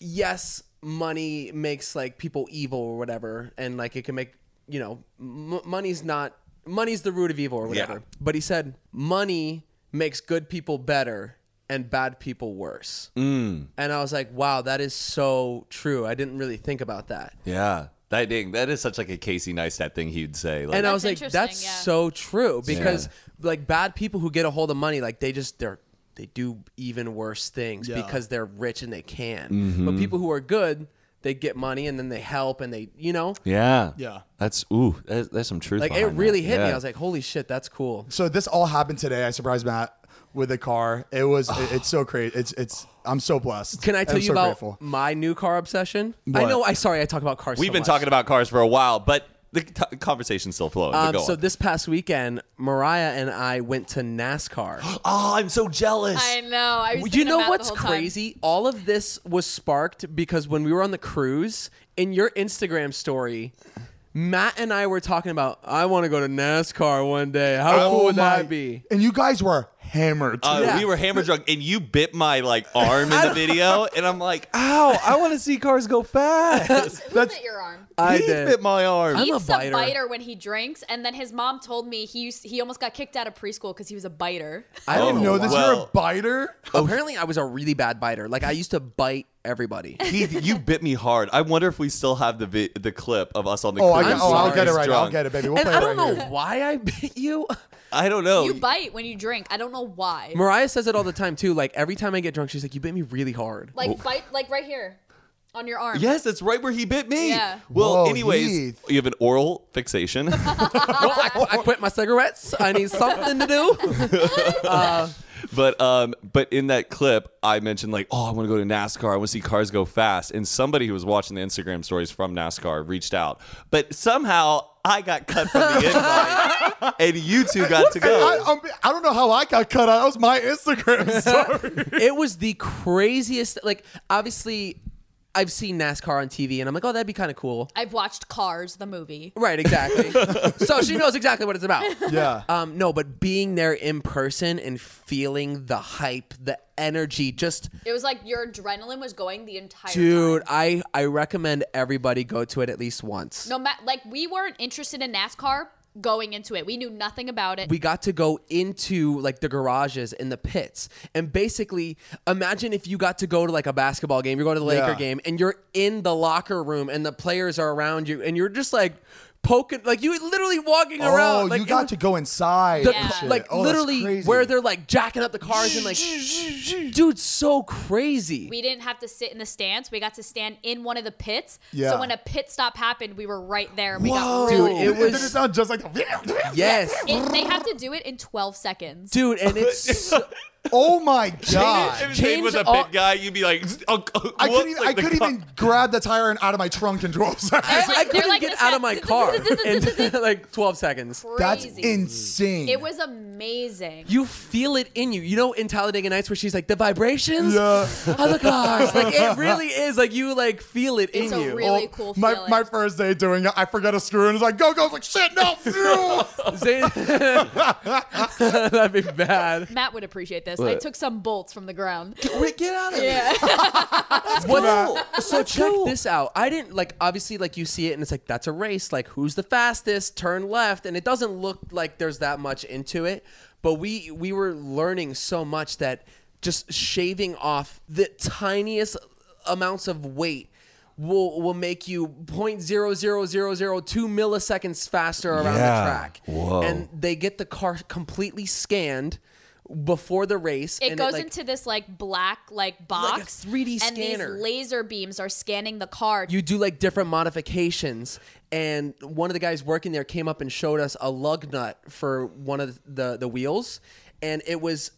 S1: yes, money makes like people evil or whatever, and like it can make you know, m- money's not money's the root of evil or whatever.
S2: Yeah.
S1: But he said money makes good people better and bad people worse. Mm. And I was like, wow, that is so true. I didn't really think about that.
S2: Yeah. That dang, that is such like a Casey Neistat thing he'd say. Like,
S1: And uh, I was
S4: That's
S1: like,
S4: interesting,
S1: that's
S4: yeah.
S1: so true because like bad people who get a hold of money, like they just they're they do even worse things
S3: Yeah.
S1: because they're rich and they can.
S2: Mm-hmm.
S1: But people who are good, they get money and then they help and they you know
S2: yeah,
S3: Yeah.
S2: That's ooh, that's, that's some truth.
S1: like it
S2: behind
S1: really
S2: that.
S1: hit me.
S2: Yeah.
S1: I was like, holy shit, that's cool.
S3: So this all happened today. I surprised Matt with a car. It was it- it's so crazy. It's it's I'm so blessed.
S1: Can I
S3: And
S1: tell
S3: I'm
S1: you
S3: so
S1: about
S3: grateful.
S1: my new car obsession? I
S3: What?
S1: know. I sorry, I talk about cars.
S2: we've
S1: so
S2: been
S1: much.
S2: talking about cars for a while, but the t- conversation's still flowing. But
S1: Um,
S2: go
S1: so
S2: on.
S1: this past weekend, Mariah and I went to NASCAR.
S2: oh, I'm so jealous.
S4: I know. I
S1: Well,
S4: was thinking
S1: you know
S4: about it
S1: what's
S4: the whole time.
S1: crazy? All of this was sparked because when we were on the cruise, in your Instagram story, Matt and I were talking about I want to go to NASCAR one day. How cool would
S3: Oh my-
S1: that be?
S3: And you guys were hammered.
S2: Uh,
S1: Yeah.
S2: We were hammer drunk, and you bit my like arm in the video, and I'm like, "Ow! I want to see cars go fast."
S4: Who
S3: That's-
S4: bit your arm?
S1: I
S2: he
S1: did.
S2: bit my arm.
S1: I'm a
S4: He's
S1: biter.
S4: when he drinks, and then his mom told me he used, he almost got kicked out of preschool because he was a biter.
S1: I
S3: I
S1: didn't
S3: didn't
S1: know.
S3: know this. You're
S2: well.
S3: a biter.
S1: Apparently, I was a really bad biter. Like I used to bite everybody.
S2: He, you bit me hard. I wonder if we still have the vi- the clip of us on the
S3: Oh, I
S2: cruise.
S3: got, oh, I'll
S2: when
S3: get it
S2: he's
S3: right. I'll
S2: drunk.
S3: get it, baby. We'll
S1: And
S3: play
S1: I
S3: it
S1: don't
S3: right
S1: know
S3: here.
S1: why I bit you.
S2: I don't
S1: Oh,
S2: know.
S4: You bite when you drink. I don't know why.
S1: Mariah says it all the time too. Like every time I get drunk, she's like, "You bit me really hard."
S4: like bite, like right here, on your arm.
S2: Yes, that's right where he bit me.
S4: Yeah.
S2: Well,
S3: Whoa,
S2: anyways,
S3: Heath.
S2: you have an oral fixation.
S1: I, I quit my cigarettes. I need something to do.
S2: But um, but in that clip, I mentioned like, oh, I want to go to NASCAR. I want to see cars go fast. And somebody who was watching the Instagram stories from NASCAR reached out, but somehow I got cut from the invite, and you two got to
S3: And I,
S2: go.
S3: I'm, I don't know how I got cut out. That was my Instagram story.
S1: it was the craziest. Like, obviously, I've seen NASCAR on TV, and I'm like, oh, that'd be kind of cool.
S4: I've watched Cars, the movie.
S1: Right, exactly. so she knows exactly what it's about.
S3: yeah.
S1: Um, no, but being there in person and feeling the hype, the energy, just
S4: It was like your adrenaline was going the entire
S1: dude,
S4: time.
S1: I I recommend everybody go to it at least once.
S4: No matter, like we weren't interested in NASCAR going into it. We knew nothing about it.
S1: we got to go into like the garages and the pits and basically imagine if you got to go to like a basketball game you're going to the laker
S3: Yeah.
S1: game and you're in the locker room and the players are around you and you're just like poking like you were literally walking
S3: oh,
S1: around like
S3: you
S1: it
S3: got
S1: was-
S3: to go inside.
S1: the
S4: Yeah.
S3: and
S1: ca-
S3: shit.
S1: like
S3: Oh, that's
S1: literally
S3: crazy.
S1: where they're like jacking up the cars and like dude so crazy
S4: we didn't have to sit in the stands. We got to stand in one of the pits.
S3: Yeah.
S4: So when a pit stop happened, we were right there. And we
S1: Whoa.
S4: got
S1: Dude,
S4: really-
S1: it
S3: Did
S1: was-
S3: it sound just like the-
S1: yes
S4: It- they have to do it in 12 seconds.
S1: dude and it's so,
S3: Oh my
S2: If
S3: god!
S2: his name was a
S1: Change
S4: uh,
S1: all-
S2: big guy, you'd be like, oh, oh,
S3: I couldn't.
S2: whoops,
S3: Even,
S2: like
S3: I
S2: the
S3: couldn't
S2: co-
S3: even grab the tire and out of my trunk in 12 seconds.
S1: I,
S4: Wait,
S1: I
S4: they're
S1: couldn't
S4: like
S1: get
S4: this
S1: out
S4: guy-
S1: of my car in like 12 seconds.
S3: That's
S4: Crazy.
S3: insane.
S4: It was amazing.
S1: You feel it in you. You know in Talladega Nights where she's like the vibrations
S3: Yeah.
S1: of the cars. Like it really is. Like you like feel it
S4: It's
S1: in
S4: a
S1: you.
S4: real- really
S3: Oh,
S4: cool
S3: my,
S4: feeling.
S3: my first day doing it, I forgot a screw and it's like, go, go. I was like, shit, no, fuel.
S1: Zane- That'd be bad.
S4: Matt would appreciate this. I
S2: What?
S4: took some bolts from the ground.
S1: Wait, get out of here.
S4: Yeah.
S1: What's, so check this out. I didn't like obviously like you see it and it's like that's a race. Like who's the fastest? Turn left, and it doesn't look like there's that much into it. But we we were learning so much that just shaving off the tiniest amounts of weight will will make you 0.00002 milliseconds faster around
S2: Yeah.
S1: the track.
S2: Whoa.
S1: And they get the car completely scanned before the race.
S4: It
S1: and
S4: goes
S1: like,
S4: into this like black like box
S1: 3D
S4: and
S1: scanner.
S4: these laser beams are scanning the card.
S1: you do like different modifications and one of the guys working there came up and showed us a lug nut for one of the the wheels and it was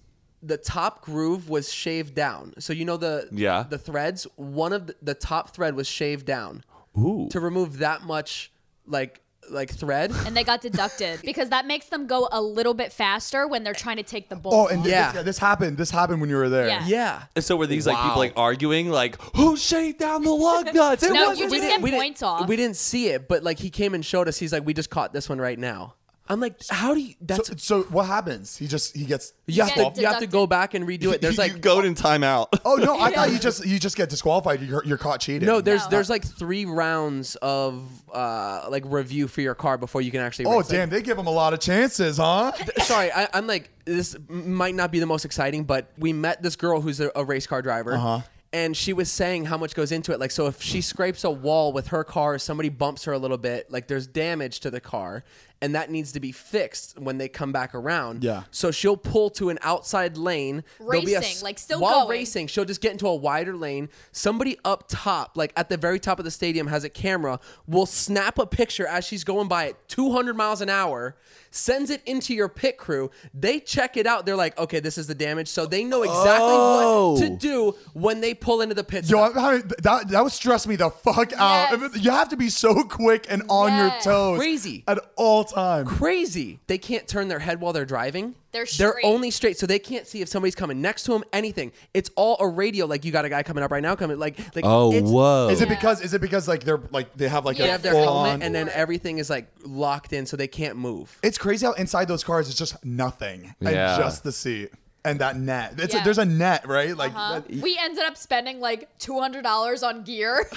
S1: the top groove was shaved down so you know the
S2: Yeah.
S1: the threads one of the, the top thread was shaved down
S2: Ooh.
S1: to remove that much like like thread
S4: and they got deducted because that makes them go a little bit faster when they're trying to take the bolt.
S3: Oh, and
S1: Yeah.
S3: yeah. this, this happened. This happened when you were there.
S4: Yeah.
S1: yeah
S2: So were these like
S3: Wow.
S2: people like arguing like who shaved down the lug nuts? It
S4: No,
S2: wasn't
S4: you just
S2: me."
S4: get points
S1: didn't,
S4: off.
S1: we didn't see it but like he came and showed us he's like we just caught this one right now i'm like how do you that's
S3: So, so what happens? He just he gets.
S1: you have,
S4: get
S1: to, you have to go back and redo it there's like
S2: you go in timeout.
S3: Oh no! I thought you just you just get disqualified. You're, you're caught cheating.
S1: No, there's there's like three rounds of uh like review for your car before you can actually.
S3: Oh
S1: race. Like,
S3: damn! They give him a lot of chances, huh?
S1: sorry, I, I'm like this m- might not be the most exciting, but we met this girl who's a, a race car driver.
S3: Uh-huh.
S1: And she was saying how much goes into it. Like, so if she scrapes a wall with her car, somebody bumps her a little bit, like there's damage to the car, and that needs to be fixed when they come back around.
S3: Yeah.
S1: So she'll pull to an outside lane. There'll be a
S4: Racing,
S1: s-
S4: like, still
S1: while
S4: going.
S1: racing. racing, she'll just get into a wider lane. Somebody up top, like at the very top of the stadium, has a camera, will snap a picture as she's going by at 200 miles an hour, sends it into your pit crew. They check it out. They're like, okay, this is the damage. So they know exactly what to
S2: Oh.
S1: do when they pull into the pit.
S3: Yo,
S1: stop.
S3: I'm having, that that would stress me the fuck
S4: Yes.
S3: out. You have to be so quick and on
S4: Yes.
S3: your toes,
S1: Crazy.
S3: at all time.
S1: crazy. They can't turn their head while they're driving.
S4: They're
S1: They're
S4: straight.
S1: only straight, so they can't see if somebody's coming next to them. Anything. It's all a radio. Like you got a guy coming up right now, coming like like. it's,
S3: Is it because is it because like they're like they have like
S1: They
S4: Yeah.
S3: a
S1: have their
S3: full
S1: helmet,
S3: on-
S1: and then everything is like locked in, so they can't move.
S3: it's crazy how inside those cars it's just nothing
S2: Yeah.
S3: and just the seat and that net. It's
S4: Yeah.
S3: a, there's a net right like.
S1: Uh-huh.
S4: Huh?
S3: that-
S4: Uh, We ended up spending like two hundred dollars on gear.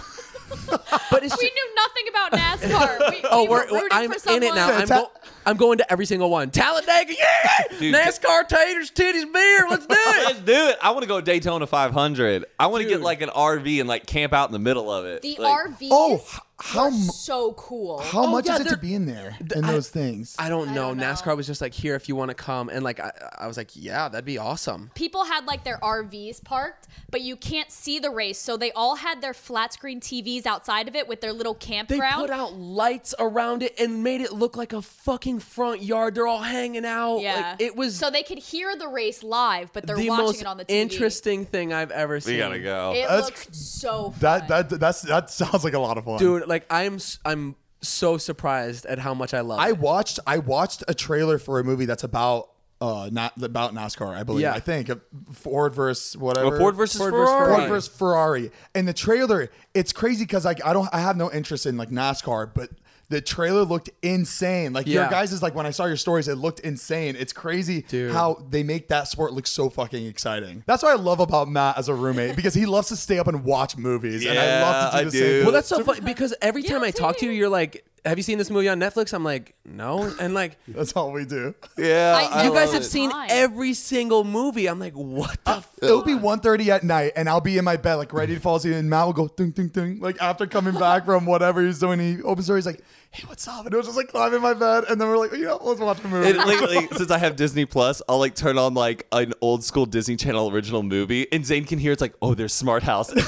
S1: But it's
S4: we
S1: ju-
S4: knew nothing about NASCAR. We,
S1: Oh,
S4: we
S1: we're,
S4: were rooting
S1: I'm
S4: for
S1: in
S4: someone.
S1: it now. I'm,
S3: Ta-
S1: go- I'm going to every single one. Talladega, yeah!
S2: Dude,
S1: NASCAR taters, titties, beer. Let's do it.
S2: Let's do it. I want to go Daytona 500. I want to get
S1: Dude.
S2: like an RV and like camp out in the middle of it.
S4: the
S2: Like,
S4: RVs
S3: Oh, h- how
S4: were
S3: m-
S4: so cool.
S3: How
S1: Oh,
S3: much
S1: yeah,
S3: is it
S1: they're-
S3: to be in there in
S1: I-
S3: those things?
S1: I don't know.
S4: don't know.
S1: NASCAR was just like, here if you want to come, and like I, I was like, yeah, that'd be awesome.
S4: people had like their RVs parked, but you can't see the race. So they all had their flat screen TVs outside of it with their little
S1: They
S4: campground.
S1: put out lights around it and made it look like a fucking front yard. They're all hanging out. Like,
S4: yeah,
S1: it was
S4: so they could hear the race live, but they're
S1: the
S4: watching
S1: most
S4: it on the TV.
S1: interesting thing I've ever seen.
S2: we gotta
S1: Oh,
S2: go.
S4: It
S3: That's-
S4: looked so fun.
S3: that that that's that sounds like a lot of fun,
S1: dude. Like I'm, s- I'm so surprised at how much I love.
S3: I
S1: it.
S3: watched I watched a trailer for a movie that's about uh not about NASCAR, I believe.
S1: Yeah.
S3: I think Ford versus whatever.
S2: Well, Ford versus
S1: Ford versus
S2: Ferrari.
S3: Ford
S1: Ferrari.
S3: versus Ferrari. And the trailer, it's crazy because like I don't I have no interest in like NASCAR, but the trailer looked insane. Like
S1: Yeah.
S3: your guys is like when I saw your stories, it looked insane. It's crazy
S1: Dude.
S3: how they make that sport look so fucking exciting. That's what I love about Matt as a roommate because he loves to stay up and watch movies, and I love to do
S2: Yeah,
S3: the
S2: I do.
S3: same.
S1: Well, that's so funny because every time I
S4: it's
S1: talk to you, you're like, "Have you seen this movie on Netflix?" I'm like, "No," and like,
S3: That's all we do.
S2: Yeah.
S4: I-
S1: you
S4: I
S1: guys
S4: love
S1: have
S4: it.
S1: seen
S4: Fine.
S1: every single movie. I'm like, "What the?" f-?
S3: It'll be 1.30 at night, and I'll be in my bed, like ready to fall asleep. And Matt will go ding, ding, ding. Like after coming back from whatever he's doing, he opens the door. He's like, hey, what's up? And it was just like climbing my bed. And then we're like, you know, let's watch a movie.
S2: And lately, since I have Disney Plus, I'll like turn on like an old school Disney Channel original movie, and Zane can hear it's like, "Oh, there's Smart House." he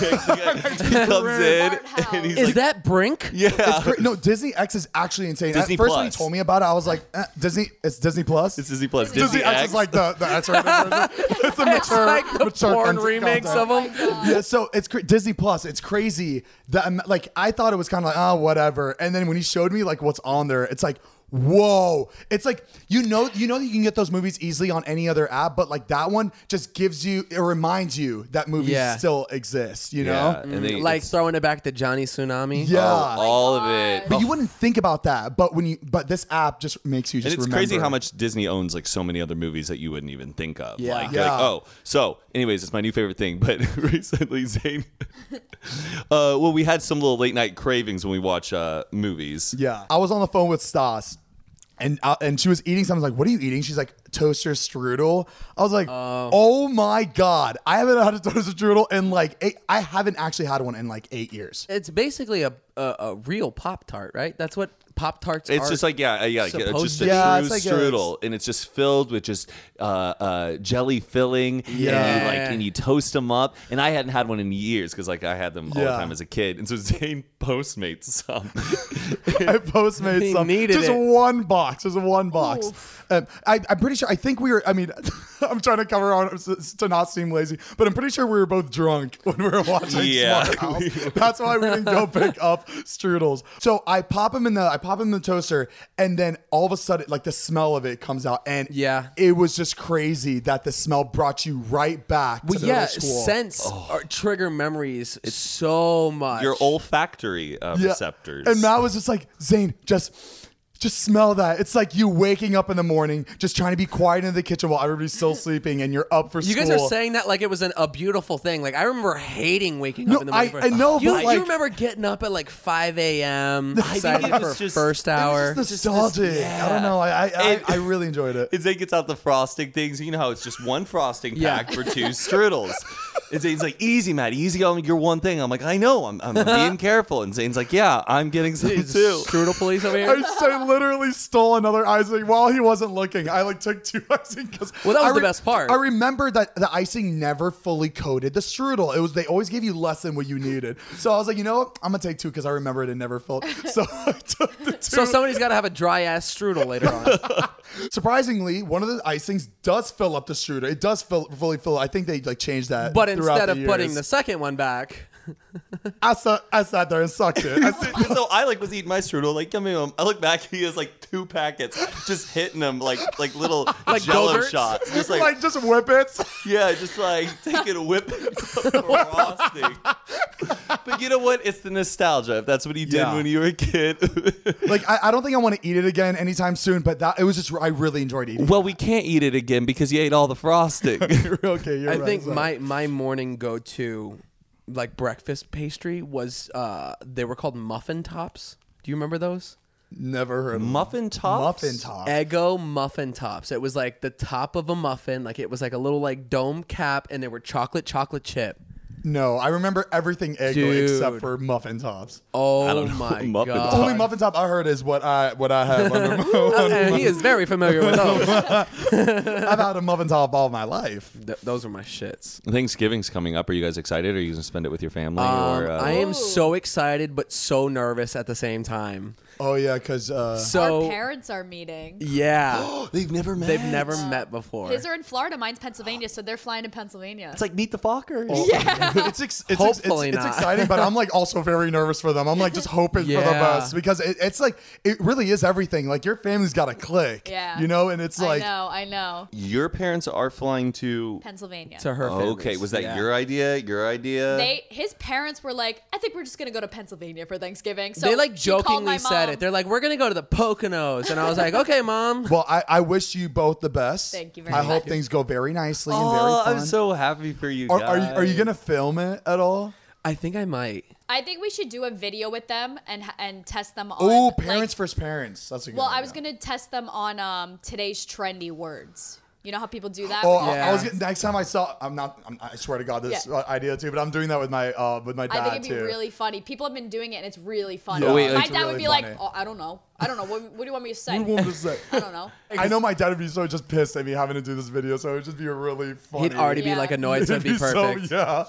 S2: comes in,
S4: Smart House.
S2: and he's
S1: Is
S2: like,
S1: that Brink?
S2: "Yeah,
S3: It's cra- no, Disney X is actually insane.
S2: Disney
S3: At first, when he
S2: Plus.
S3: told me about it, I was like, eh, Disney, it's Disney Plus.
S2: it's Disney Plus."
S3: Disney,
S2: Disney
S3: X,
S2: X.
S3: is like the, the X rated version. It's the mature,
S1: It's like the
S3: mature
S1: porn
S3: content-
S1: remakes
S3: content.
S1: of them.
S3: Yeah, so it's cra- Disney Plus. It's crazy that I'm, like I thought it was kind of like oh whatever, and then when he showed me like what's on there, it's like whoa. It's like you know you know that you can get those movies easily on any other app, but like that one just gives you it reminds you that movies
S1: Yeah.
S3: still exist. You
S2: yeah,
S3: know,
S2: and they,
S1: Like
S2: it's
S1: throwing it back to Johnny Tsunami. Oh.
S3: yeah.
S2: all of it.
S3: but you wouldn't think about that, but when you but this app just makes you just
S2: Oh. and it's
S3: remember.
S2: crazy how much Disney owns like so many other movies that you wouldn't even think of.
S1: Yeah.
S2: Like,
S3: Yeah.
S2: like, oh, so anyways, it's my new favorite thing. But recently, Zane, uh, well, we had some little late night cravings when we watch uh, movies.
S3: Yeah. I was on the phone with Stas. And, I and she was eating something. I was like, what are you eating? She's like, toaster strudel. I was like, oh my God. I haven't had a toaster strudel in like eight. I haven't actually had one in like eight years.
S1: It's basically a a, a real Pop Tart, right? That's what Pop Tarts are.
S2: It's just like yeah, uh, yeah, like, uh,
S1: supposed
S2: just a
S1: to-
S3: Yeah,
S2: true
S3: it's like a-
S2: strudel, and it's just filled with just uh, uh, jelly filling. and
S3: Yeah.
S2: you, like and you toast them up. And I hadn't had one in years because like I had them all the
S3: Yeah.
S2: time as a kid. And so Zane postmates some.
S3: I Postmates
S1: He
S3: some.
S1: needed
S3: just
S1: it.
S3: one box. Just one box. Um, I, I'm pretty sure. I think we were. I mean, I'm trying to cover on s- to not seem lazy, but I'm pretty sure we were both drunk when we were watching
S2: Yeah.
S3: Smart House. That's why we didn't go pick up strudels. So I pop them in the I pop them in the toaster, and then all of a sudden, like the smell of it comes out, and
S1: Yeah.
S3: it was just crazy that the smell brought you right back. To
S1: well, yeah,
S3: middle school.
S1: sense or trigger memories so much.
S2: Oh. Your olfactory uh,
S3: Yeah.
S2: receptors.
S3: And Matt was just like, Zane, just just smell that. It's like you waking up in the morning, just trying to be quiet in the kitchen while everybody's still sleeping and you're up for
S1: You
S3: school.
S1: guys are saying that like it was an, a beautiful thing. Like I remember hating waking
S3: No,
S1: up in the morning.
S3: I-
S1: for-
S3: I know,
S1: you,
S3: but,
S1: you
S3: like-
S1: remember getting up at like five a.m. excited
S2: it
S1: for
S2: was just-
S1: first
S2: it was
S1: hour.
S3: it's nostalgic. I don't know. I I,
S2: It-
S3: I I really enjoyed it.
S2: And Zane gets out the frosting things. You know how it's just one frosting
S1: Yeah.
S2: pack for two strudels. And Zane's like, easy, Matt, easy on your one thing. I'm like, I know, I'm, I'm being careful. And Zane's like, yeah, I'm getting some
S1: It's
S2: too.
S1: strudel police over
S3: I,
S1: here.
S3: I literally stole another icing while he wasn't looking. I like took two icing because
S1: Well, that was the best part.
S3: I remember that the icing never fully coated the strudel. It was they always gave you less than what you needed. So I was like, you know what, I'm gonna take two because I remember it and never filled. So I took the two.
S1: So somebody's got to have a dry ass strudel later on.
S3: Surprisingly, one of the icings does fill up the strudel. It does fill, fully fill. I think they like changed that.
S1: But
S3: throughout
S1: instead
S3: the
S1: of putting
S3: years.
S1: the second one back,
S3: I sat, I sat there and sucked it. I
S2: And so I like was eating my strudel, like yum yum. I look back, he has like two packets, just hitting them like like little
S1: Like
S2: jello
S1: Go-Gurts?
S2: shots. Just
S3: like,
S2: like,
S3: just whippets.
S2: yeah, just like taking a whip of frosting. but you know what? It's the nostalgia. If that's what he did
S3: Yeah.
S2: when you were a kid.
S3: like I, I don't think I want to eat it again anytime soon. But that it was just I really enjoyed eating.
S2: well, we can't eat it again because you ate all the frosting.
S3: it. okay, you're
S1: I
S3: right.
S1: think
S3: so-
S1: my my morning go to like breakfast pastry was uh they were called muffin tops. Do you remember those?
S3: never heard of
S2: Muffin tops.
S3: muffin top.
S1: Eggo muffin tops. It was like the top of a muffin, like it was like a little like dome cap, and they were chocolate chocolate chip.
S3: No, I remember everything egg
S1: Dude.
S3: except for muffin tops.
S1: Oh
S2: don't know
S1: my
S2: what muffin
S1: god!
S2: tops
S3: Only muffin top I heard is what I what I have. under my-
S1: and he is very familiar with those.
S3: I've had a muffin top all my life.
S1: Th- those are my shits.
S2: Thanksgiving's coming up. Are you guys excited? Are you gonna spend it with your family?
S1: Um,
S2: or uh,
S1: I am
S4: Ooh.
S1: so excited, but so nervous at the same time.
S3: Oh yeah, because uh,
S4: Our
S1: So
S4: parents are meeting.
S1: yeah,
S2: they've never met.
S1: they've never met before.
S4: His are in Florida, mine's Pennsylvania, so they're flying to Pennsylvania.
S2: It's like meet the Fockers.
S1: Oh.
S3: it's ex- it's, ex-
S1: Hopefully
S3: it's,
S1: not.
S3: it's exciting, but I'm like also very nervous for them. I'm like just hoping for the
S1: Yeah.
S3: best because it, it's like it really is everything. Like your family's got to click,
S4: Yeah.
S3: you know, and it's like
S4: I know, I know.
S2: Your parents are flying to.
S4: Pennsylvania.
S1: to her.
S2: Okay,
S1: families.
S2: was that
S1: Yeah.
S2: your idea? Your idea?
S4: They his parents were like, I think we're just gonna go to Pennsylvania for Thanksgiving. So
S1: they like
S4: she called my
S1: jokingly said
S4: mom.
S1: it. They're like, "We're gonna go to the Poconos," and I was like, "Okay, mom."
S3: Well, I, I wish you both the best.
S4: Thank you very
S3: I
S4: much.
S3: hope things go very nicely and very
S2: oh,
S3: fun.
S2: I'm so happy for you.
S3: are,
S2: guys.
S3: are you are you gonna film it at all?
S1: I think I might.
S4: I think we should do a video with them and and test them on.
S3: Oh,
S4: like-
S3: parents first parents. That's a good
S4: Well,
S3: idea.
S4: I was gonna test them on um today's trendy words. You know how people do that?
S3: Oh,
S4: When
S3: I-
S4: you-
S1: Yeah.
S3: I, was getting, next time I saw. I'm not. I'm, I swear to God, this
S4: Yeah.
S3: uh, idea too. But I'm doing that with my uh, with my dad
S4: I think it'd be
S3: too.
S4: really funny. People have been doing it, and it's really funny.
S3: Yeah,
S2: Oh, wait,
S4: My
S2: it's
S4: dad would
S3: really
S4: be
S3: funny.
S4: like, oh, I don't know. I don't know. What, what do you want me to say?
S3: What do you want me to say?
S4: I don't know.
S3: I know my dad would be so just pissed at me having to do this video, so it would just be really funny.
S1: He'd already
S4: Yeah.
S1: be like annoyed, so it'd be
S3: so-
S1: perfect.
S3: yeah.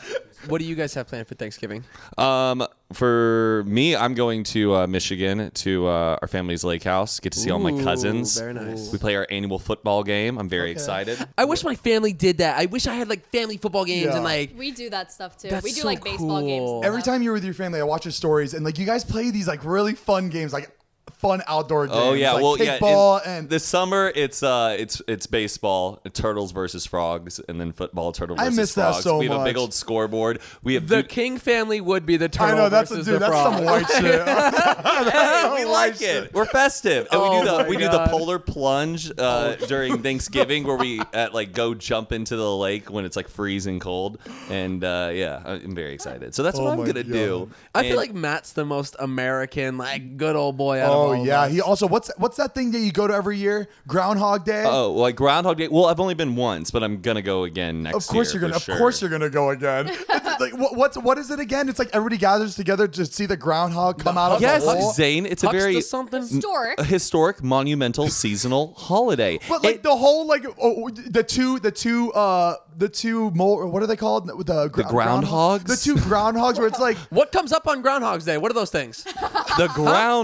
S1: What do you guys have planned for Thanksgiving?
S2: Um, for me, I'm going to uh, Michigan to uh, our family's lake house. Get to see all my
S1: Ooh,
S2: cousins.
S1: very nice.
S2: We play our annual football game. I'm very excited.
S1: I wish my family did that. I wish I had like family football games
S3: Yeah.
S1: and like
S4: We do that stuff too.
S1: That's
S4: we do
S1: so
S4: like baseball games.
S1: cool.
S4: and
S3: Every
S4: stuff.
S3: time you're with your family, I watch your stories, and like you guys play these like really fun games, like fun outdoor games.
S2: Oh yeah,
S3: like
S2: well yeah.
S3: kickball
S2: in-
S3: and
S2: this summer it's uh it's it's baseball, turtles versus frogs, and then football, turtle
S3: I
S2: versus
S3: miss that
S2: frogs.
S3: so
S2: we have a big
S3: much.
S2: old scoreboard. We have
S1: the
S2: dude,
S1: King family would be the turtle
S3: I know that's a,
S1: versus
S3: dude.
S1: the
S3: That's
S1: frog.
S3: some white shit.
S2: Hey, we
S3: Oh,
S2: like
S3: I
S2: it. We're festive, and
S1: Oh
S2: we do
S1: my
S2: the we do the
S1: God.
S2: polar plunge uh,
S3: Oh.
S2: during Thanksgiving, where we at like go jump into the lake when it's like freezing cold, and uh, yeah, I'm very excited. So that's
S3: Oh
S2: what I'm
S3: my
S2: gonna
S3: God.
S2: do.
S1: I feel
S2: And-
S1: like Matt's the most American, like good old boy. Out of
S3: Oh
S1: all of
S3: yeah.
S1: us.
S3: He also what's what's that thing that you go to every year? Groundhog Day.
S2: oh like Groundhog Day. Well, I've only been once, but I'm gonna go again next.
S3: Of course
S2: year,
S3: you're gonna.
S2: for
S3: Of course
S2: sure.
S3: you're gonna go again. It's like what, what's what is it again? It's like everybody gathers together to see the groundhog come out of
S2: Yes,
S3: the hole.
S2: Zane. It's a
S1: Hucks
S2: very
S1: to something.
S4: historic.
S2: a historic, monumental, seasonal holiday.
S3: But like
S2: It-
S3: the whole like oh, the two the two uh the two mole what are they called the the, gr-
S2: groundhogs?
S3: the two groundhogs where it's like
S1: What comes up on Groundhog's Day? What are those things?
S2: the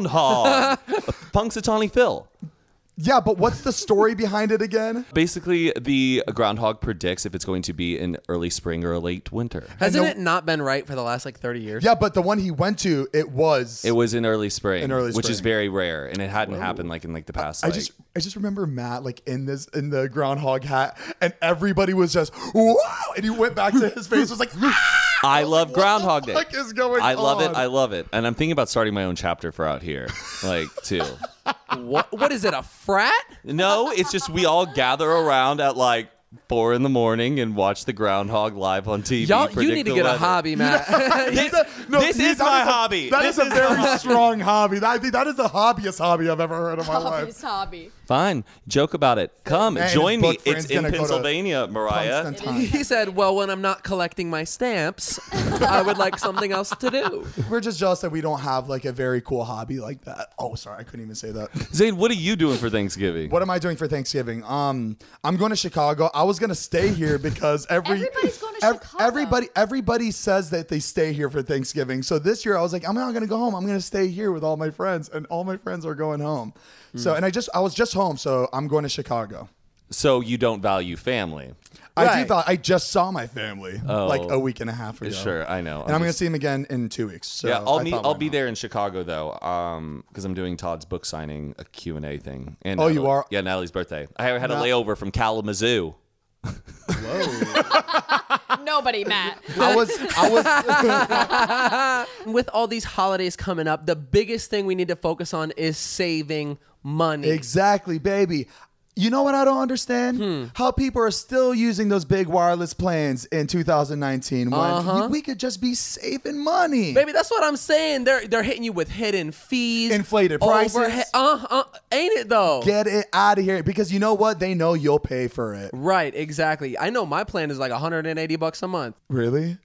S2: groundhog, Punxsutawney Phil.
S3: yeah but what's the story behind it again?
S2: Basically, the groundhog predicts if it's going to be in early spring or late winter.
S1: Hasn't
S3: know-
S1: it not been right for the last like 30 years?
S3: Yeah, but the one he went to it was
S2: It was in early spring,
S3: In early
S2: which is
S3: spring.
S2: very rare, and it hadn't happened like in like the past.
S3: I
S2: like-
S3: just I just remember Matt like in this in the groundhog hat and everybody was just wow and he went back to his face was like "Ah!"
S2: I love Groundhog Day.
S3: fuck is going
S2: I love
S3: on?
S2: it. I love it, and I'm thinking about starting my own chapter for out here, like too.
S1: What, what is it, a frat?
S2: No, it's just we all gather around at like four in the morning and watch the groundhog live on TV.
S1: Y'all, you
S2: predict
S1: need to
S2: the
S1: get a
S2: weather.
S1: hobby, Matt.
S2: This,
S3: No,
S2: this
S3: dude,
S2: is
S3: that
S2: my
S3: a-
S2: hobby.
S3: That
S2: This
S3: is a
S2: is
S3: very strong hobby. I think that is the hobbyest hobby I've ever heard in my
S4: Hobby's
S3: life.
S4: hobby.
S2: Fine, joke about it. Come
S3: Man,
S2: join
S3: his book
S2: me. It's
S3: friend's
S2: in
S3: gonna go to
S2: Pennsylvania, Mariah.
S3: Constantine.
S1: he said, Well, when I'm not collecting my stamps, I would like something else to do.
S3: We're just jealous that we don't have like a very cool hobby like that. Oh, sorry, I couldn't even say that.
S2: Zane, what are you doing for Thanksgiving?
S3: What am I doing for Thanksgiving? Um, I'm going to Chicago. I was gonna stay here because every
S4: Everybody's going to Chicago.
S3: Everybody, everybody says that they stay here for Thanksgiving. So this year, I was like, I'm not gonna go home. I'm gonna stay here with all my friends, and all my friends are going home.
S2: Hmm.
S3: So, and I just, I was just home, so I'm going to Chicago.
S2: So you don't value family?
S3: I
S1: Right.
S3: do thought I just saw my family like a week and a half ago.
S2: Oh. Sure, I know.
S3: and I'm gonna
S2: just-
S3: see him again in two weeks. So
S2: Yeah, I'll
S3: I
S2: meet,
S3: thought,
S2: I'll
S3: why
S2: be
S3: not?
S2: there in Chicago though, um, because I'm doing Todd's book signing, a Q and A thing. And
S3: Oh,
S2: Natalie-
S3: you are?
S2: Yeah, Natalie's birthday. I had a
S3: Nat-
S2: layover from Kalamazoo.
S4: Nobody, Matt.
S3: I was, I was.
S1: With all these holidays coming up, the biggest thing we need to focus on is saving money.
S3: Exactly, baby. You know what I don't understand?
S1: Hmm.
S3: How people are still using those big wireless plans in 2019 when you- we could just be saving money.
S1: Uh-huh. Baby, that's what I'm saying. They're they're hitting you with hidden fees,
S3: Inflated prices.
S1: overhead- Uh, uh, ain't it though?
S3: Get it out of here because you know what? They know you'll pay for it.
S1: right, exactly. I know my plan is like 180 bucks a month.
S3: Really?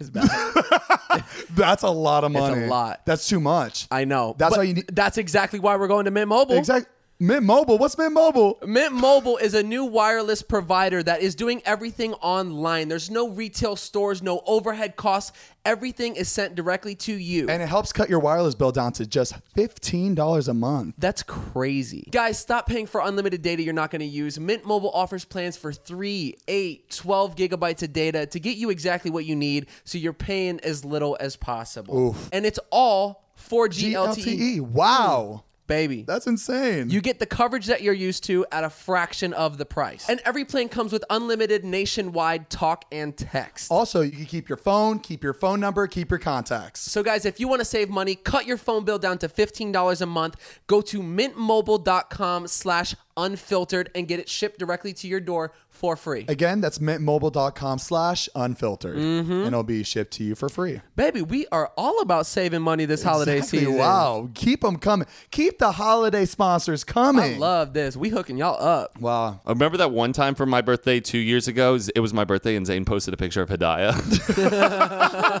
S1: It's bad.
S3: That's a lot of
S1: a
S3: money.
S1: lot.
S3: That's too much.
S1: I know.
S3: That's
S1: But
S3: why you need-
S1: That's exactly why we're going to Mint Mobile.
S3: Exactly. Mint Mobile. What's Mint Mobile?
S1: Mint Mobile is a new wireless provider that is doing everything online. There's no retail stores, no overhead costs. Everything is sent directly to you.
S3: And it helps cut your wireless bill down to just $15 a month.
S1: That's crazy. Guys, stop paying for unlimited data you're not going to use. Mint Mobile offers plans for 3, 8, 12 gigabytes of data to get you exactly what you need so you're paying as little as possible. And it's all 4G
S3: E
S1: LTE.
S3: GLTE. Wow.
S1: E. Baby.
S3: That's insane.
S1: You get the coverage that you're used to at a fraction of the price. And every plan comes with unlimited nationwide talk and text.
S3: also, you can keep your phone, keep your phone number, keep your contacts.
S1: So, guys, if you want to save money, cut your phone bill down to $15 a month. Go to mintmobile.com slash unfiltered, and get it shipped directly to your door for free.
S3: Again, that's mintmobile.com slash unfiltered. And it'll be shipped to you for free.
S1: Baby, we are all about saving money this holiday
S3: Exactly.
S1: season.
S3: Wow. Keep them coming. Keep the holiday sponsors
S1: I
S3: coming.
S1: love this. We hooking y'all up.
S3: wow.
S2: I remember that one time for my birthday two years ago. Z- It was my birthday, and Zane posted a picture of Hidayah.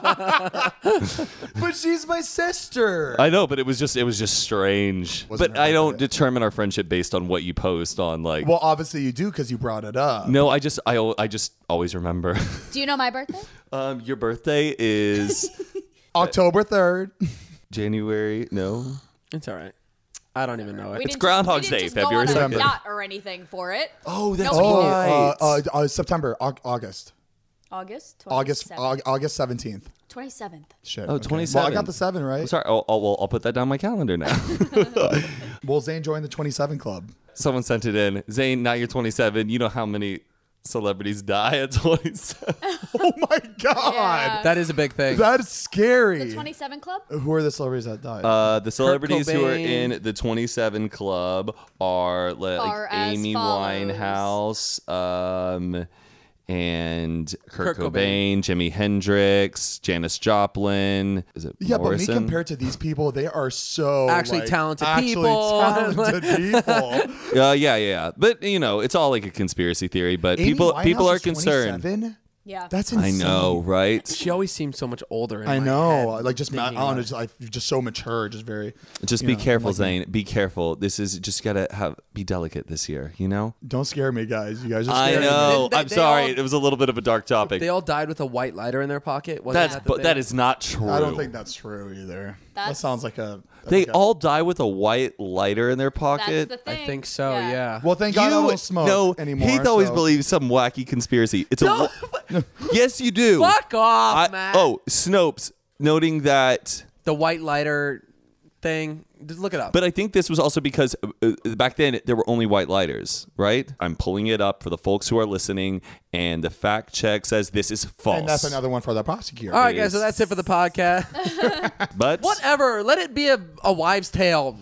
S3: But she's my sister.
S2: I know, but it was just it was just strange.
S3: Wasn't
S2: but
S3: her
S2: I don't
S3: birthday.
S2: determine our friendship based on what you post on like.
S3: well, obviously you do because you brought it up.
S2: no, I just I al- I just always remember.
S4: Do you know my birthday?
S2: um, your birthday is
S3: October 3rd.
S2: January. No, Oh,
S1: It's all right. I don't even know it.
S4: We didn't
S2: Groundhog's
S4: just, we
S2: Day,
S4: didn't
S2: February
S4: just go on a
S3: second.
S4: yacht or anything for it.
S2: Oh, that's
S4: No, we
S3: Oh,
S4: didn't.
S2: right.
S3: uh, uh, uh, September, Au- August.
S4: August. 27th.
S3: August Aug- August 17th.
S4: Twenty seventh.
S3: Shit.
S2: Oh,
S3: okay.
S2: 27.
S3: Well, I got the 7, right?
S2: I'm sorry. I'll, I'll, well, I'll put that down my calendar now.
S3: Well, Zane joined the 27 club.
S2: Someone sent it in. Zane, now you're 27. You know how many celebrities die at 27?
S3: Oh my God.
S4: Yeah.
S1: That is a big thing.
S3: That's scary.
S4: The twenty seven club.
S3: Who are the celebrities that died?
S2: Uh, the celebrities who are
S1: Cobain.
S2: in the 27 club are li- like
S4: Are as
S2: Amy
S4: follows.
S2: Winehouse um, and
S1: Kurt
S2: Kurt,
S1: Cobain.
S2: Cobain, Jimi Hendrix, Janis Joplin. Is it
S3: yeah,
S2: Morrison?
S3: but me compared to these people, they are so
S1: Actually
S3: like,
S1: talented
S3: actually
S1: people.
S3: talented people.
S2: Uh, yeah, yeah, yeah. But you know, it's all like a conspiracy theory. But
S3: Amy
S2: people, people
S3: Winehouse
S2: are
S3: is
S2: concerned.
S3: 27?
S4: Yeah.
S3: That's
S2: I
S3: insane.
S2: know, right?
S1: she always seems so much older. In
S3: I
S1: my
S3: know.
S1: head.
S3: Like just ma- I
S1: thinking
S3: don't
S1: about
S3: know,
S1: it.
S3: just like you're just so mature, just very.
S2: Just
S3: you
S2: be
S3: know,
S2: careful,
S3: like-
S2: Zane. Be careful. This is just gotta have be delicate this year. You know.
S3: Don't scare me, guys. You guys are
S2: I
S3: scaring
S2: know.
S1: They- they-
S2: I'm
S1: they
S2: sorry.
S1: all-
S2: it was a little bit of a dark topic.
S1: They all died with a white lighter in their pocket. Wasn't
S2: That's
S1: that the
S2: but
S1: thing?
S2: that is not true.
S3: me. I don't think that's true either. that
S4: That's-
S3: sounds like a.
S2: They
S3: like a-
S2: all die with a white lighter in their
S4: That's
S2: pocket.
S4: the thing.
S1: I think so. Yeah.
S3: Well, thank God I
S2: You-
S3: don't smoke
S2: no,
S3: anymore.
S2: Heath always
S3: so-
S2: believes some wacky conspiracy. It's a wa- yes, you do.
S1: Fuck off,
S2: I-
S1: Matt.
S2: Oh, Snopes noting that
S1: the white lighter thing. Just look it up.
S2: But I think this was also because uh, uh, back then there were only white lighters, right? I'm pulling it up for the folks who are listening, and the fact check says this is false.
S3: And that's another one for the prosecutor.
S1: all right, guys. So
S2: is-
S1: that's it for the podcast.
S2: But
S1: Whatever. Let it be a, a wives' tale.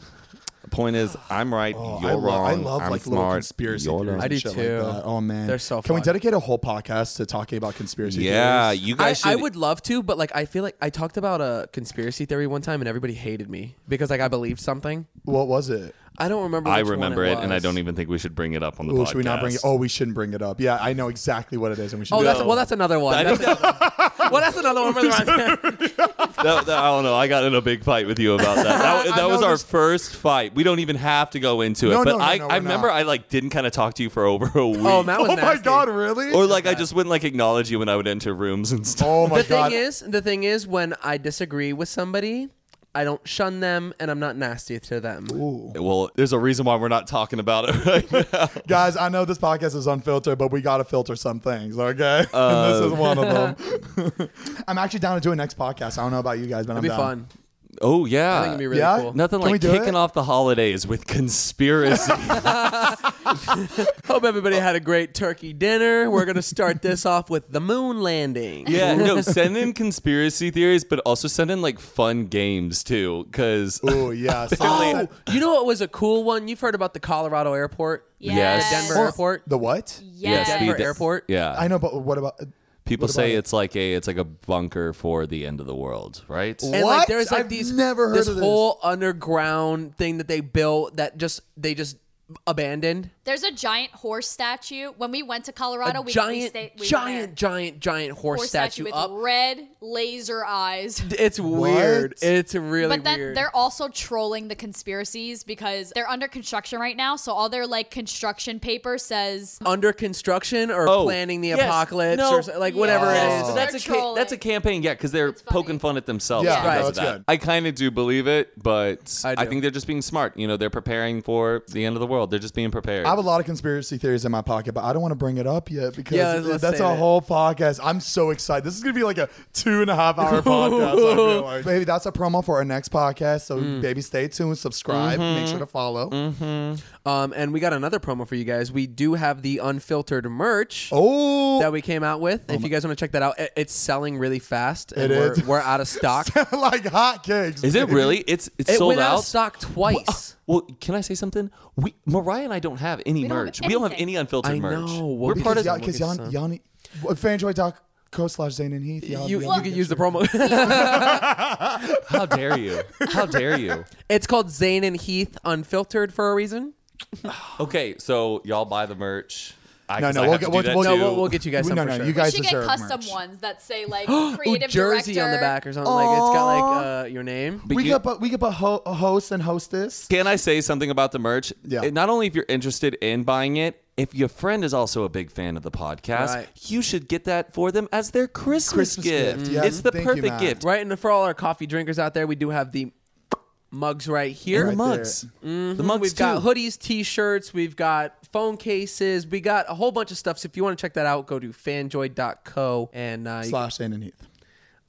S2: the point is, I'm right.
S3: Oh,
S2: you're
S3: I,
S2: wrong.
S3: love, I love
S2: I'm
S3: like
S2: smart.
S3: little conspiracy
S2: you're
S3: theories.
S2: wrong.
S1: I
S3: and
S1: do
S3: shit
S1: too.
S3: Like that. Oh man,
S1: They're so
S3: Can we
S1: fun.
S3: dedicate a whole podcast to talking about conspiracy?
S2: Yeah,
S3: theories?
S2: you
S1: I,
S2: guys
S1: I
S2: should-
S1: would love to, but like I feel like I talked about a conspiracy theory one time and everybody hated me because like I believed something.
S3: What was it?
S1: I don't remember.
S2: I
S1: which one
S2: remember it, and I
S1: was.
S2: don't even think we should bring it up on the
S3: Oh,
S2: podcast.
S3: should we not bring it? Oh, we shouldn't bring it up. Yeah, I know exactly what it is, and we should.
S1: Oh, that's
S2: No.
S1: well. That's another one.
S2: I
S1: That's
S2: don't, know.
S1: well, that's another one. Where they're on-
S2: That- that- I don't know. I got in a big fight with you about that. That,
S3: I
S2: that was our
S3: noticed-
S2: first fight. We don't even have to go into it.
S3: No,
S2: but
S3: no, no,
S2: I,
S3: no,
S2: I
S3: we're not.
S2: remember I like didn't kind of talk to you for over a week.
S1: oh, Matt was
S3: oh my
S1: nasty.
S3: god, really?
S2: or like I just wouldn't like acknowledge you when I would enter rooms and stuff.
S3: oh my
S1: The
S3: god.
S1: thing is, the thing is, when I disagree with somebody, I don't shun them, and I'm not nasty to them.
S2: Oh. Well, there's a reason why we're not talking about it right now.
S3: guys, I know this podcast is unfiltered, but we gotta filter some things, okay?
S2: Uh,
S3: and this is one of them. I'm actually down to do a next podcast. I don't know about you guys, but I'm
S1: It'd be
S3: down.
S1: fun.
S2: Oh yeah.
S1: I think it'd be really
S3: Yeah?
S1: cool.
S2: Nothing
S3: Can we
S2: like
S3: do
S2: kicking
S3: it?
S2: off the holidays with conspiracy.
S1: Hope everybody had a great turkey dinner. We're gonna start this off with the moon landing.
S2: yeah, no, send in conspiracy theories, but also send in like fun games too, because
S3: Ooh, yeah. so-
S1: Oh, you know what was a cool one? You've heard about the Colorado airport,
S2: Yes.
S1: Denver
S3: Oh,
S1: airport,
S3: The what?
S4: Yes.
S2: Yes,
S1: Denver
S2: the-
S1: airport.
S2: yeah,
S3: I know, but what about
S2: people
S3: What
S2: say
S3: about it?
S2: it's like a it's like a bunker for the end of the world, right?
S1: And
S3: What?
S1: like there's like
S3: I've
S1: these
S3: never heard
S1: this
S3: of this.
S1: whole underground thing that they built that just they just abandoned.
S4: There's a giant horse statue. When we went to Colorado,
S1: A
S4: we we
S1: giant,
S4: stayed, we
S1: giant,
S4: were-
S1: giant, giant horse,
S4: horse
S1: statue,
S4: statue with
S1: up.
S4: red laser eyes.
S1: It's weird. It's really
S4: but then
S1: weird.
S4: they're also trolling the conspiracies because they're under construction right now. So all their like construction paper says
S1: under construction or
S2: Oh,
S1: planning the
S2: yes.
S1: apocalypse
S2: No.
S1: or so- like whatever
S4: Yes.
S1: it
S2: But
S1: is.
S2: that's a
S4: They're
S2: ca- that's a
S4: trolling.
S2: campaign, yeah, because they're
S4: funny.
S2: poking fun at themselves.
S3: Yeah,
S2: because
S1: Right. no,
S2: of
S3: it's
S2: that.
S3: good.
S2: I kind of do believe it, but
S1: I
S2: I,
S1: do.
S2: think they're just being smart. You know, they're preparing for the end of the world. They're just being prepared.
S3: I have a lot of conspiracy theories in my pocket, but I don't want to bring it up yet because
S1: Yeah, let's
S3: that's
S1: save
S3: a
S1: it.
S3: whole podcast. I'm so excited. This is gonna be like a two and a half hour podcast. I feel like. Baby, that's a promo for our next podcast. So
S1: Mm.
S3: baby, stay tuned, subscribe, make
S1: Mm-hmm.
S3: sure to follow.
S1: Um, and we got another promo for you guys. We do have the unfiltered merch.
S3: Oh,
S1: That we came out with. if you guys want to check that out, it- it's selling really fast, and
S3: It
S1: we're,
S3: is.
S1: we're out of stock.
S3: like hotcakes.
S2: Is it really? It's it's
S1: It
S2: sold
S1: went out
S2: out.
S1: of stock twice.
S2: Well, can I say something? We Mariah and I don't have any
S4: We don't have
S2: merch. We don't have
S4: anything.
S2: any unfiltered
S1: I
S2: merch.
S1: know. What
S2: We're
S1: we
S2: part
S1: could
S2: of
S1: do-
S3: Yeah, because
S1: We'll
S3: Yanni,
S1: get
S3: Yanni, fanjoy.co slash Zane and Heath. Y'all-
S1: You,
S3: y'all
S1: you
S3: get
S1: could use the
S3: your-
S1: promo.
S2: How dare you? How dare you?
S1: it's called Zane and Heath Unfiltered for a reason.
S2: Okay, so y'all buy the merch. I,
S3: No,
S2: 'cause
S3: no,
S2: I
S3: we'll
S2: have
S3: get-
S2: to do
S3: we'll-
S2: that
S3: we'll-
S1: No,
S2: too.
S1: we'll, we'll get you guys
S3: We-
S1: some
S3: no,
S1: for
S3: no,
S1: sure.
S3: you guys
S4: should get
S3: deserve
S4: custom
S3: merch.
S4: ones that say like
S1: Ooh,
S4: creative
S1: jersey
S4: director
S1: on the back or something. Like it's got like uh, your name.
S2: But
S3: We
S2: you-
S3: could put we could put ho- a host and hostess.
S2: Can I say something about the merch?
S3: Yeah.
S2: It- not only if you're interested in buying it, if your friend is also a big fan of the podcast,
S1: Right.
S2: you should get that for them as their Christmas,
S3: Christmas
S2: gift. Mm.
S3: gift, yes.
S2: It's the
S3: Thank you,
S2: perfect
S3: Matt.
S2: gift.
S1: Right, and for all our coffee drinkers out there, we do have the mugs right here.
S2: the
S3: Right
S2: mugs. Mm-hmm. The mugs
S1: We've
S2: too.
S1: got hoodies, t-shirts, we've got phone cases, we got a whole bunch of stuff. So if you want to check that out, go to fanjoy.co and uh, you-
S3: Slash Zane and Heath.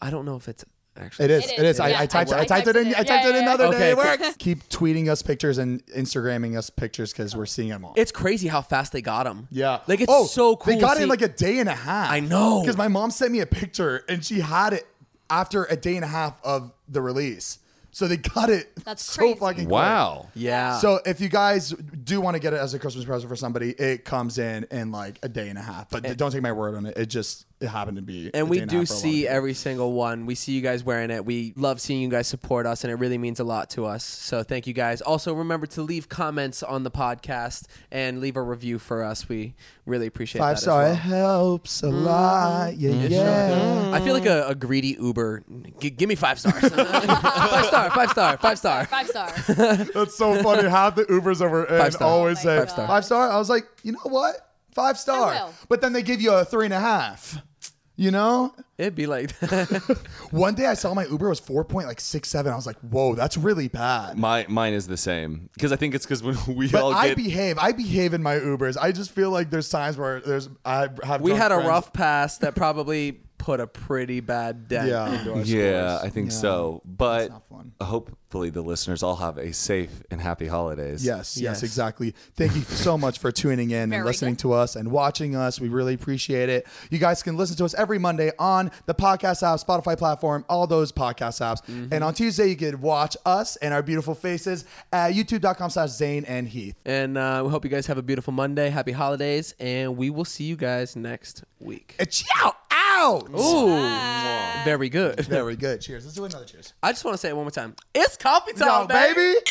S1: I don't know if it's actually
S3: It is.
S4: It
S3: It
S4: is,
S3: is.
S4: yeah.
S3: I, I typed. I typed it in. I
S4: Yeah,
S3: typed it
S4: yeah,
S3: in
S4: yeah.
S3: another day. It
S1: Okay,
S3: works. Keep tweeting us pictures and Instagramming us pictures because we're seeing them all.
S1: It's crazy how fast they got them.
S3: yeah.
S1: like it's
S3: Oh,
S1: so cool.
S3: They got
S1: to
S3: it in
S1: see-
S3: like a day and a half.
S1: I know.
S3: Because my mom sent me a picture and she had it after a day and a half of the release. So they got it.
S4: That's
S3: so
S4: crazy.
S3: fucking quick.
S2: Wow.
S1: yeah.
S3: So if you guys do want to get it as a Christmas present for somebody, it comes in in like a day and a half. But don't take my word on it. It just it happened to be. a
S1: and we
S3: day a
S1: do
S3: half for a lot of
S1: see
S3: people.
S1: every single one. We see you guys wearing it. We love seeing you guys support us, and it really means a lot to us. So thank you guys. Also, remember to leave comments on the podcast and leave a review for us. We really appreciate
S3: five
S1: that. Mm-hmm.
S3: star. It
S1: As well.
S3: helps a lot. Yeah, yeah.
S1: I feel like a, a greedy Uber. G- give me five stars. five star. Five star. Five star.
S4: Five star.
S3: That's so funny. Half the Ubers over in
S1: star.
S3: always
S4: Oh my
S3: say
S4: Five star.
S3: five star. I was like, you know what? Five
S4: I will.
S3: star. But then they give you a three and a half. You know?
S1: It'd be like
S3: One day I saw my Uber was four point like six seven. I was like, whoa, that's really bad.
S2: My mine is the same because I think it's because when we
S3: But
S2: all
S3: I
S2: get
S3: behave. I behave in my Ubers. I just feel like there's times where there's I have.
S1: we
S3: drunk
S1: had a
S3: friends-
S1: rough pass that probably put a pretty bad dent.
S3: Yeah. into our
S2: yeah,
S3: scores.
S2: I think
S3: Yeah.
S2: so. But
S3: not fun.
S2: hopefully the listeners all have a safe and happy holidays.
S3: Yes, yes,
S1: Yes.
S3: exactly. Thank you so much for tuning in
S4: Very
S3: and listening
S4: good.
S3: to us and watching us. We really appreciate it. You guys can listen to us every Monday on the podcast app, Spotify platform, all those podcast apps.
S1: Mm-hmm.
S3: And on Tuesday, you can watch us and our beautiful faces at youtube.com slash Zane and Heath.
S1: And uh, we hope you guys have a beautiful Monday. Happy holidays, and we will see you guys next week.
S3: And Ciao! Out!
S1: Ooh, very good.
S3: Very good. Cheers. Let's do another cheers.
S1: I just want to say it one more time. It's coffee time,
S3: Ciao,
S1: baby.
S3: baby!